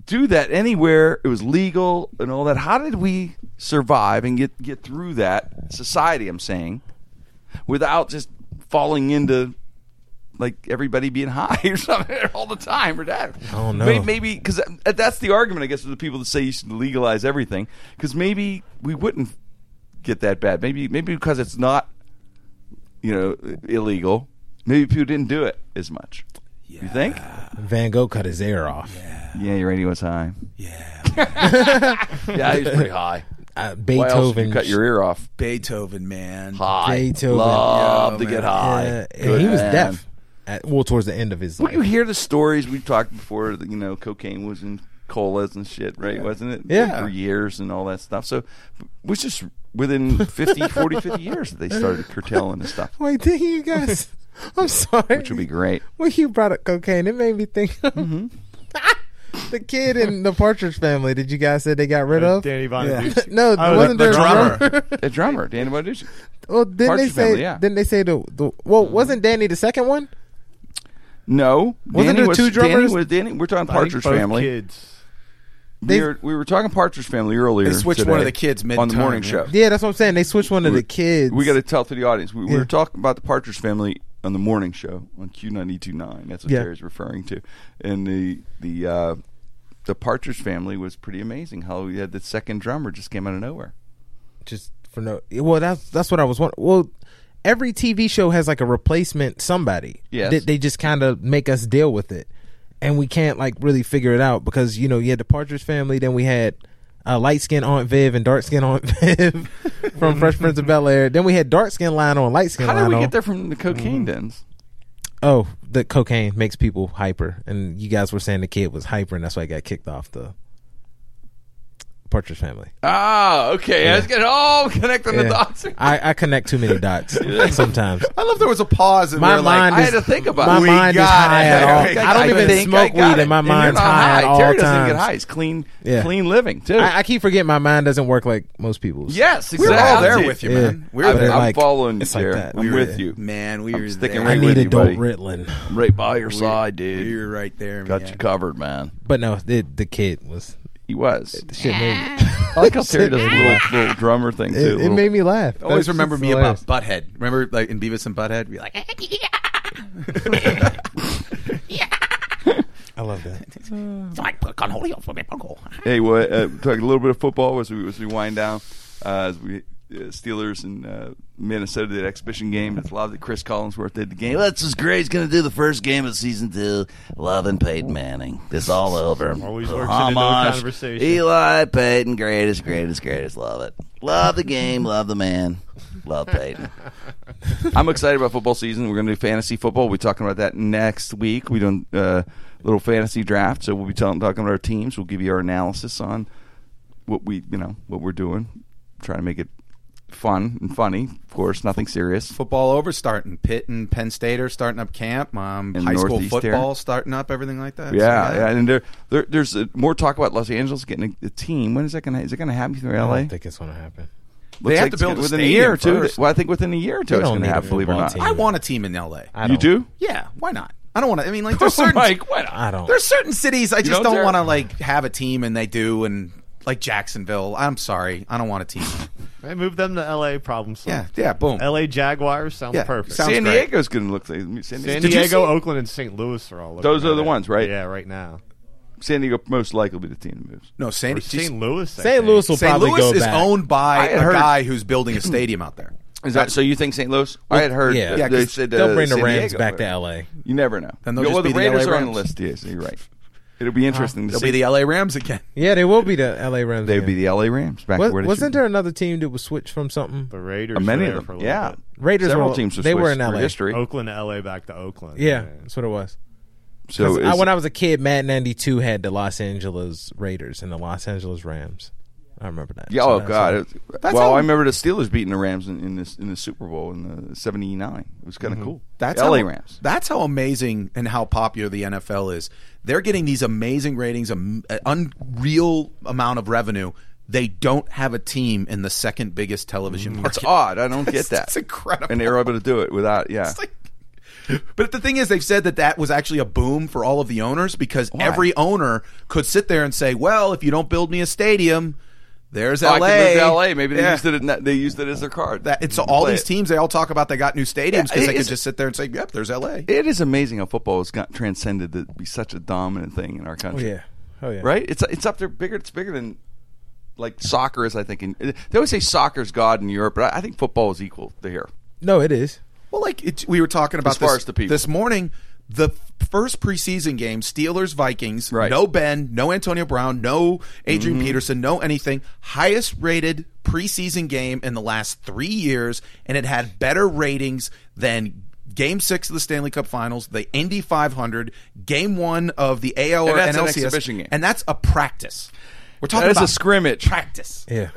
C: do that anywhere. It was legal and all that. How did we survive and get get through that society? I'm saying, without just falling into like everybody being high or something all the time or that. I
D: don't know.
C: Maybe because that's the argument, I guess, of the people that say you should legalize everything. Because maybe we wouldn't get that bad. Maybe maybe because it's not, you know, illegal. Maybe people didn't do it as much. You think?
D: Van Gogh cut his ear off.
C: Yeah, your radio was high. Yeah. yeah, he was pretty high. Why
D: Uh,
C: else would
D: Beethoven
C: you cut your ear off?
I: Beethoven, man.
C: High.
D: Beethoven.
C: Love
I: Yeah,
C: to
I: man.
C: get high.
D: Uh, and
C: Good
D: he was
C: man.
D: deaf. At, well, towards the end of his
C: But
D: life.
C: you hear the stories we talked before. that, You know, cocaine was in colas and shit, right? Wasn't it?
D: Yeah.
C: For years and all that stuff. So it was just within 50, 40, 50 years that they started curtailing this stuff,
D: Wait, did you guys? I'm sorry.
C: which would be great. Mm-hmm.
D: When you brought up cocaine, it made me think. of the kid in the Partridge Family. Did you guys say they got rid of?
F: Danny Bonaduce.
D: No,
F: Oh,
D: wasn't
F: the-
D: there
F: the
D: a
F: drummer.
D: drummer?
C: A drummer, Danny Bonaduce.
D: Well, Oh, didn't
C: Partridge
D: they say?
C: Family, yeah. Mm-hmm.
D: Didn't they say the, the well? Wasn't Danny the second one?
C: No,
D: Wasn't
C: Danny
D: there two
C: Danny
D: drummers?
C: was- Danny- we're talking
F: I think
C: Partridge
F: both
C: Family.
F: Kids.
C: We
D: They-
C: were, we were talking Partridge Family earlier.
E: They switched
C: today
E: one of the kids
C: on the
E: mid-time,
C: morning
E: yeah.
C: show.
D: Yeah, that's what I'm saying. They switched one of the kids.
C: We got to tell to the audience. We, we
D: Yeah.
C: were talking about the Partridge Family on the morning show on Q ninety two nine. That's what
D: Yeah.
C: Terry's referring to. And the the uh, the Partridge Family was pretty amazing. How we had the second drummer just came out of nowhere.
D: just for no. Well, that's that's what I was wondering. Well, every TV show has like a replacement somebody.
C: Yes.
D: that they just kind of make us deal with it, and we can't like really figure it out because you know you had the Partridge Family, then we had. Uh, light skin Aunt Viv and dark skin Aunt Viv from Fresh Prince of Bel Air. Then we had dark skin Lionel and light skin
C: How
D: Lionel.
C: did we get there from the
D: Mm-hmm.
C: cocaine dens?
D: Oh, the cocaine makes people hyper, and you guys were saying the kid was hyper, and that's why he got kicked off the Partridge Family.
C: Ah, okay. I was getting all connecting
D: Yeah. I, I connect too many dots sometimes.
E: I love there was a pause and
D: My
E: we were
D: mind
C: I
E: like,
D: is
C: had to think about
D: my
C: it. We
D: mind is
E: got
D: high
E: it.
D: at
E: I
D: all. I don't even
C: think
D: smoke
C: got
D: weed,
C: it.
D: and my
C: you're
D: mind's
C: not
D: high at all
C: Terry doesn't even
D: times.
C: get high. It's clean,
D: Yeah.
C: clean living too.
D: I, I keep forgetting my mind doesn't work like most people's.
C: yes,
E: we
C: exactly.
E: were all there with you,
D: Yeah.
E: man. We were
C: I'm,
D: But it
E: there.
C: I'm
D: like-
C: following you,
D: it's like
C: Terry.
D: that.
C: I'm
D: We were-
C: with you.
I: Man, we
C: I'm
I: were
C: sticking
I: there.
D: I
C: right
D: need
C: with you,
D: adult
C: buddy.
D: Ritalin,
C: Right by your side, dude.
I: We were right there,
C: Got
I: man.
C: you covered, man.
D: but no, the, the kid was
C: He was.
D: the shit. Made,
C: I like how Terry does a little, little drummer thing too.
D: it, it
C: little-
D: made me laugh.
E: Always
D: That's
E: remember
D: just
E: me
D: hilarious.
E: about Butthead. Remember, like in Beavis and Butthead, we like
D: I love that.
C: hey, what? Uh, talking a little bit of football as we as we wind down. Uh, as we uh, Steelers and uh, Minnesota did exhibition game. It's love that Chris Collinsworth did the game.
H: That's as great. He's going to do the first game of season two. Loving Peyton Manning. It's all over.
F: Always works into no
H: Homage.
F: conversation.
H: Eli Peyton, greatest, greatest, greatest. Love it. Love the game. Love the man. Love Peyton.
C: I'm excited about football season. We're going to do fantasy football. We'll be talking about that next week. We're doing a uh, little fantasy draft, so we'll be telling, talking about our teams. We'll give you our analysis on what we, you know, what we're doing. Trying to make it fun and funny. Of course, nothing serious.
E: football over, starting Pitt and Penn State are starting up camp. Um,
C: In
E: high school
C: Northeast
E: football
C: there.
E: starting up, everything like that. So,
C: Yeah, yeah, and there, there there's uh, more talk about Los Angeles getting a, a team. When is that going to is it going to happen through LA?
D: I don't think it's gonna happen.
C: Looks
E: have
C: like
E: to
C: it's gonna-
E: build a
C: within a
E: stadium
C: year or two.
E: first.
C: Well, I think within a year or two
D: They
C: it's
D: don't
C: going to
D: need a
C: happen. Believe it or
D: football
C: not,
D: team.
E: I want a team in LA.
D: I
C: you
D: don't-
C: do.
E: yeah, why not? I don't want to. I mean, like there's certain
C: Mike, why not?
D: I don't.
E: there's certain cities I just
C: don't
E: don't
C: dare-
E: want to like have a team, and they do, and like Jacksonville. I'm sorry, I don't want a team.
F: Right, move them to L.A. Problem
E: yeah,
F: solved.
E: yeah, boom.
F: L.A. Jaguars sounds
E: Yeah,
F: perfect.
E: sounds-
C: San
E: great.
C: Diego's going to look like San
F: San
C: Diego.
E: Did you
F: Diego,
E: see-
F: Oakland, and St. Louis are all. looking
C: Those are
F: at
C: the
F: it.
C: ones, right?
F: Yeah, right now.
C: San Diego most likely will be the team that moves.
E: no, San,
F: Or
E: just-
F: St. Louis. I
D: St.
F: think.
D: Louis will
E: St.
D: probably
E: Louis
D: go
E: is
D: back.
E: owned by
C: I
E: a
C: heard-
E: guy who's building a stadium out there.
C: Is that so? You think St. Louis? I had heard.
D: yeah.
C: that
E: Yeah,
C: they
E: 'cause
C: said uh,
D: They'll bring the
C: San
D: Rams
C: Diego,
D: back
C: but
D: to LA.
C: You never know.
E: Then they'll
C: Yeah, well,
E: just
C: the
E: be the LA
C: Raiders are on the
E: Rams.
C: list. Yes, you're right. It'll be interesting to
E: They'll
C: see.
E: be the LA Rams again.
D: Yeah, they will be the L.A. Rams.
C: They'd
D: again.
C: be the LA Rams back
D: Wa-
C: where they
D: wasn't
C: should
D: there another team that was switched from something?
F: The Raiders.
C: be. many
F: were
C: of
F: there
C: them?
F: For a little
C: yeah,
F: bit.
D: Raiders
C: several
D: were-
C: teams have
D: they were
C: switched
D: in
C: through
D: LA.
C: history.
F: Oakland to LA back to Oakland.
D: Yeah, that's what it was.
C: So
D: I,
C: is-
D: when I was a kid, Mad ninety two had the Los Angeles Raiders and the Los Angeles Rams. I remember that.
C: Yeah,
D: So
C: oh
D: that's-
C: god. It- well, I remember the Steelers beating the Rams in, in this in the Super Bowl in the '79. It was kind of cool.
E: That's
C: LA
E: how,
C: Rams.
E: That's how amazing and how popular the NFL is. They're getting these amazing ratings, um, an unreal amount of revenue. They don't have a team in the second biggest television market.
C: That's odd. I don't Mm-hmm. get that.
E: That's- that's incredible.
C: And they were able to do it without. Yeah,
E: It's like- but the thing is, they've said that that was actually a boom for all of the owners because every owner could sit there and say, "Well, if you don't build me a stadium, there's
C: Oh, I
E: LA,
C: could move to LA. Maybe they
E: Yeah.
C: used it. In, they used it as their card.
E: That it's
C: You
E: all
C: play
E: these
C: it.
E: teams. They all talk about they got new stadiums because
C: Yeah,
E: they could
C: it's-
E: just sit there and say, "Yep, there's LA."
C: It is amazing how football has got transcended to be such a dominant thing in our
D: Oh
C: country.
D: yeah, oh yeah.
C: right? It's it's up there bigger. It's bigger than like soccer is. I think. In, they always say soccer's god in Europe, but I, I think football is equal to here.
D: No, it is.
E: Well, like it, we were talking about
C: As far
E: this,
C: as the people.
E: this morning, the first preseason game, Steelers Vikings,
C: Right. Mm-hmm.
E: no Ben, no Antonio Brown, no Adrian Peterson, no anything. Highest rated preseason game in the last three years, and it had better ratings than. Game six of the Stanley Cup Finals, the Indy 500, Game one of the AL or
C: And that's an
E: NLCS,
C: exhibition game.
E: and that's a practice. We're talking
C: That is a
E: about
C: scrimmage.
E: practice.
D: Yeah,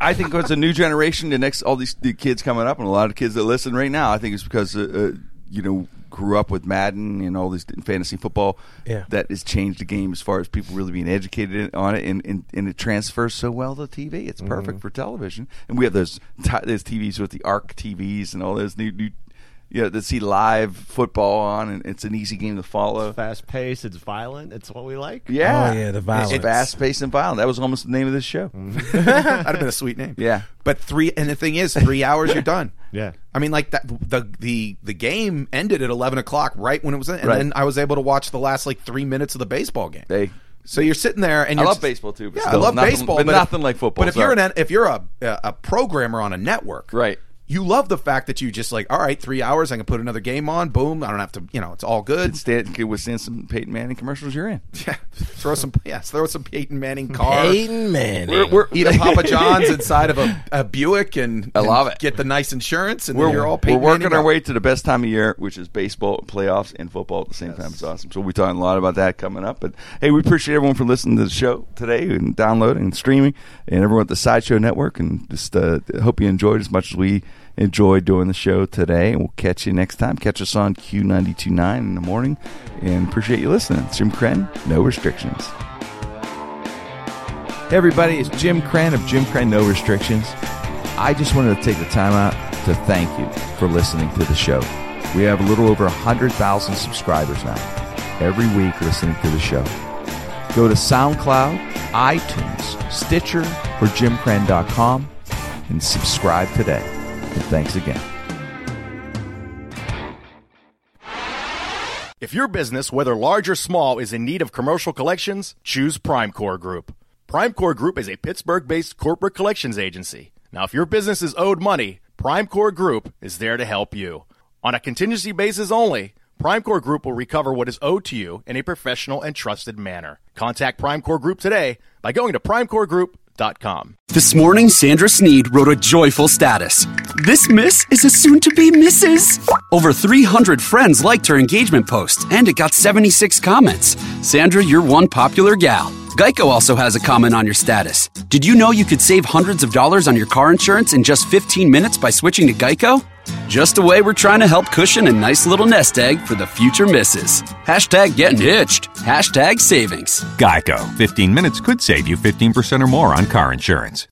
C: I think it's a new generation. The next, all these the kids coming up, and a lot of kids that listen right now. I think it's because uh, uh, you know grew up with Madden and all these fantasy football.
D: Yeah.
C: that has changed the game as far as people really being educated on it, and, and, and it transfers so well to TV.
D: Mm-hmm.
C: It's perfect for television, and we have those ti those TVs with the ARC TVs and all those new new. You know, to see live football on, and it's an easy game to follow.
F: Fast paced. It's violent. It's what we like.
C: Yeah,
D: Oh, yeah, the violence. Mm-hmm.
C: It's fast paced and violent. That was almost the name of this show.
E: That'd have been a sweet name.
C: Yeah.
E: But three and the thing is, three hours you're done.
F: Yeah.
E: I mean, like that the the the game ended at eleven o'clock, right when it was in, and
C: Right.
E: then I was able to watch the last like three minutes of the baseball game.
C: Hey.
E: so you're sitting there, and
C: I
E: you're
C: love
E: just-
C: baseball, too, but
E: yeah, I
C: still
E: love
C: nothing-
E: baseball,
C: but
E: if-
C: nothing like football,
E: But if
C: sorry.
E: you're an if you're a a programmer on a network,
C: Right.
E: You love the fact that you just like, all right, three hours, I can put another game on. Boom, I don't have to, you know, it's all good.
C: Instead, could withstand some Peyton Manning commercials. You're in.
E: Yeah, throw some, yes, throw some Peyton Manning car.
D: Peyton Manning.
C: We're, we're,
E: eat a Papa John's inside of a, a Buick and I
C: love it.
E: Get the nice insurance, and
C: we're,
E: then you're all
C: we're
E: Peyton
C: working
E: Manning
C: our
E: up.
C: way to the best time of year, which is baseball playoffs and football at the same time. It's awesome. So we'll be talking a lot about that coming up. But hey, we appreciate everyone for listening to the show today and downloading and streaming, and everyone at the Sideshow Network. And just uh, hope you enjoyed as much as we enjoyed doing the show today. And we'll catch you next time. Catch us on Q92.9 in the morning. And appreciate you listening. It's Jim Kren, no restrictions. Hey everybody, it's Jim Cran of Jim Cran No Restrictions. I just wanted to take the time out to thank you for listening to the show. We have a little over 100,000 subscribers now, every week listening to the show. Go to SoundCloud, iTunes, Stitcher, or jimcran.com and subscribe today. And thanks again.
B: If your business, whether large or small, is in need of commercial collections, choose Primecore Group. Primecore Group is a Pittsburgh based corporate collections agency. Now, if your business is owed money, Primecore Group is there to help you. On a contingency basis only, Primecore Group will recover what is owed to you in a professional and trusted manner. Contact Primecore Group today by going to primecoregroup.com.
J: This morning, Sandra Sneed wrote a joyful status. This miss is a soon to be Mrs. Over 300 friends liked her engagement post, and it got 76 comments. Sandra, you're one popular gal. Geico also has a comment on your status. Did you know you could save hundreds of dollars on your car insurance in just 15 minutes by switching to Geico? Just a way we're trying to help cushion a nice little nest egg for the future misses. Hashtag getting hitched. Hashtag savings.
K: Geico. 15 minutes could save you 15% or more on car insurance.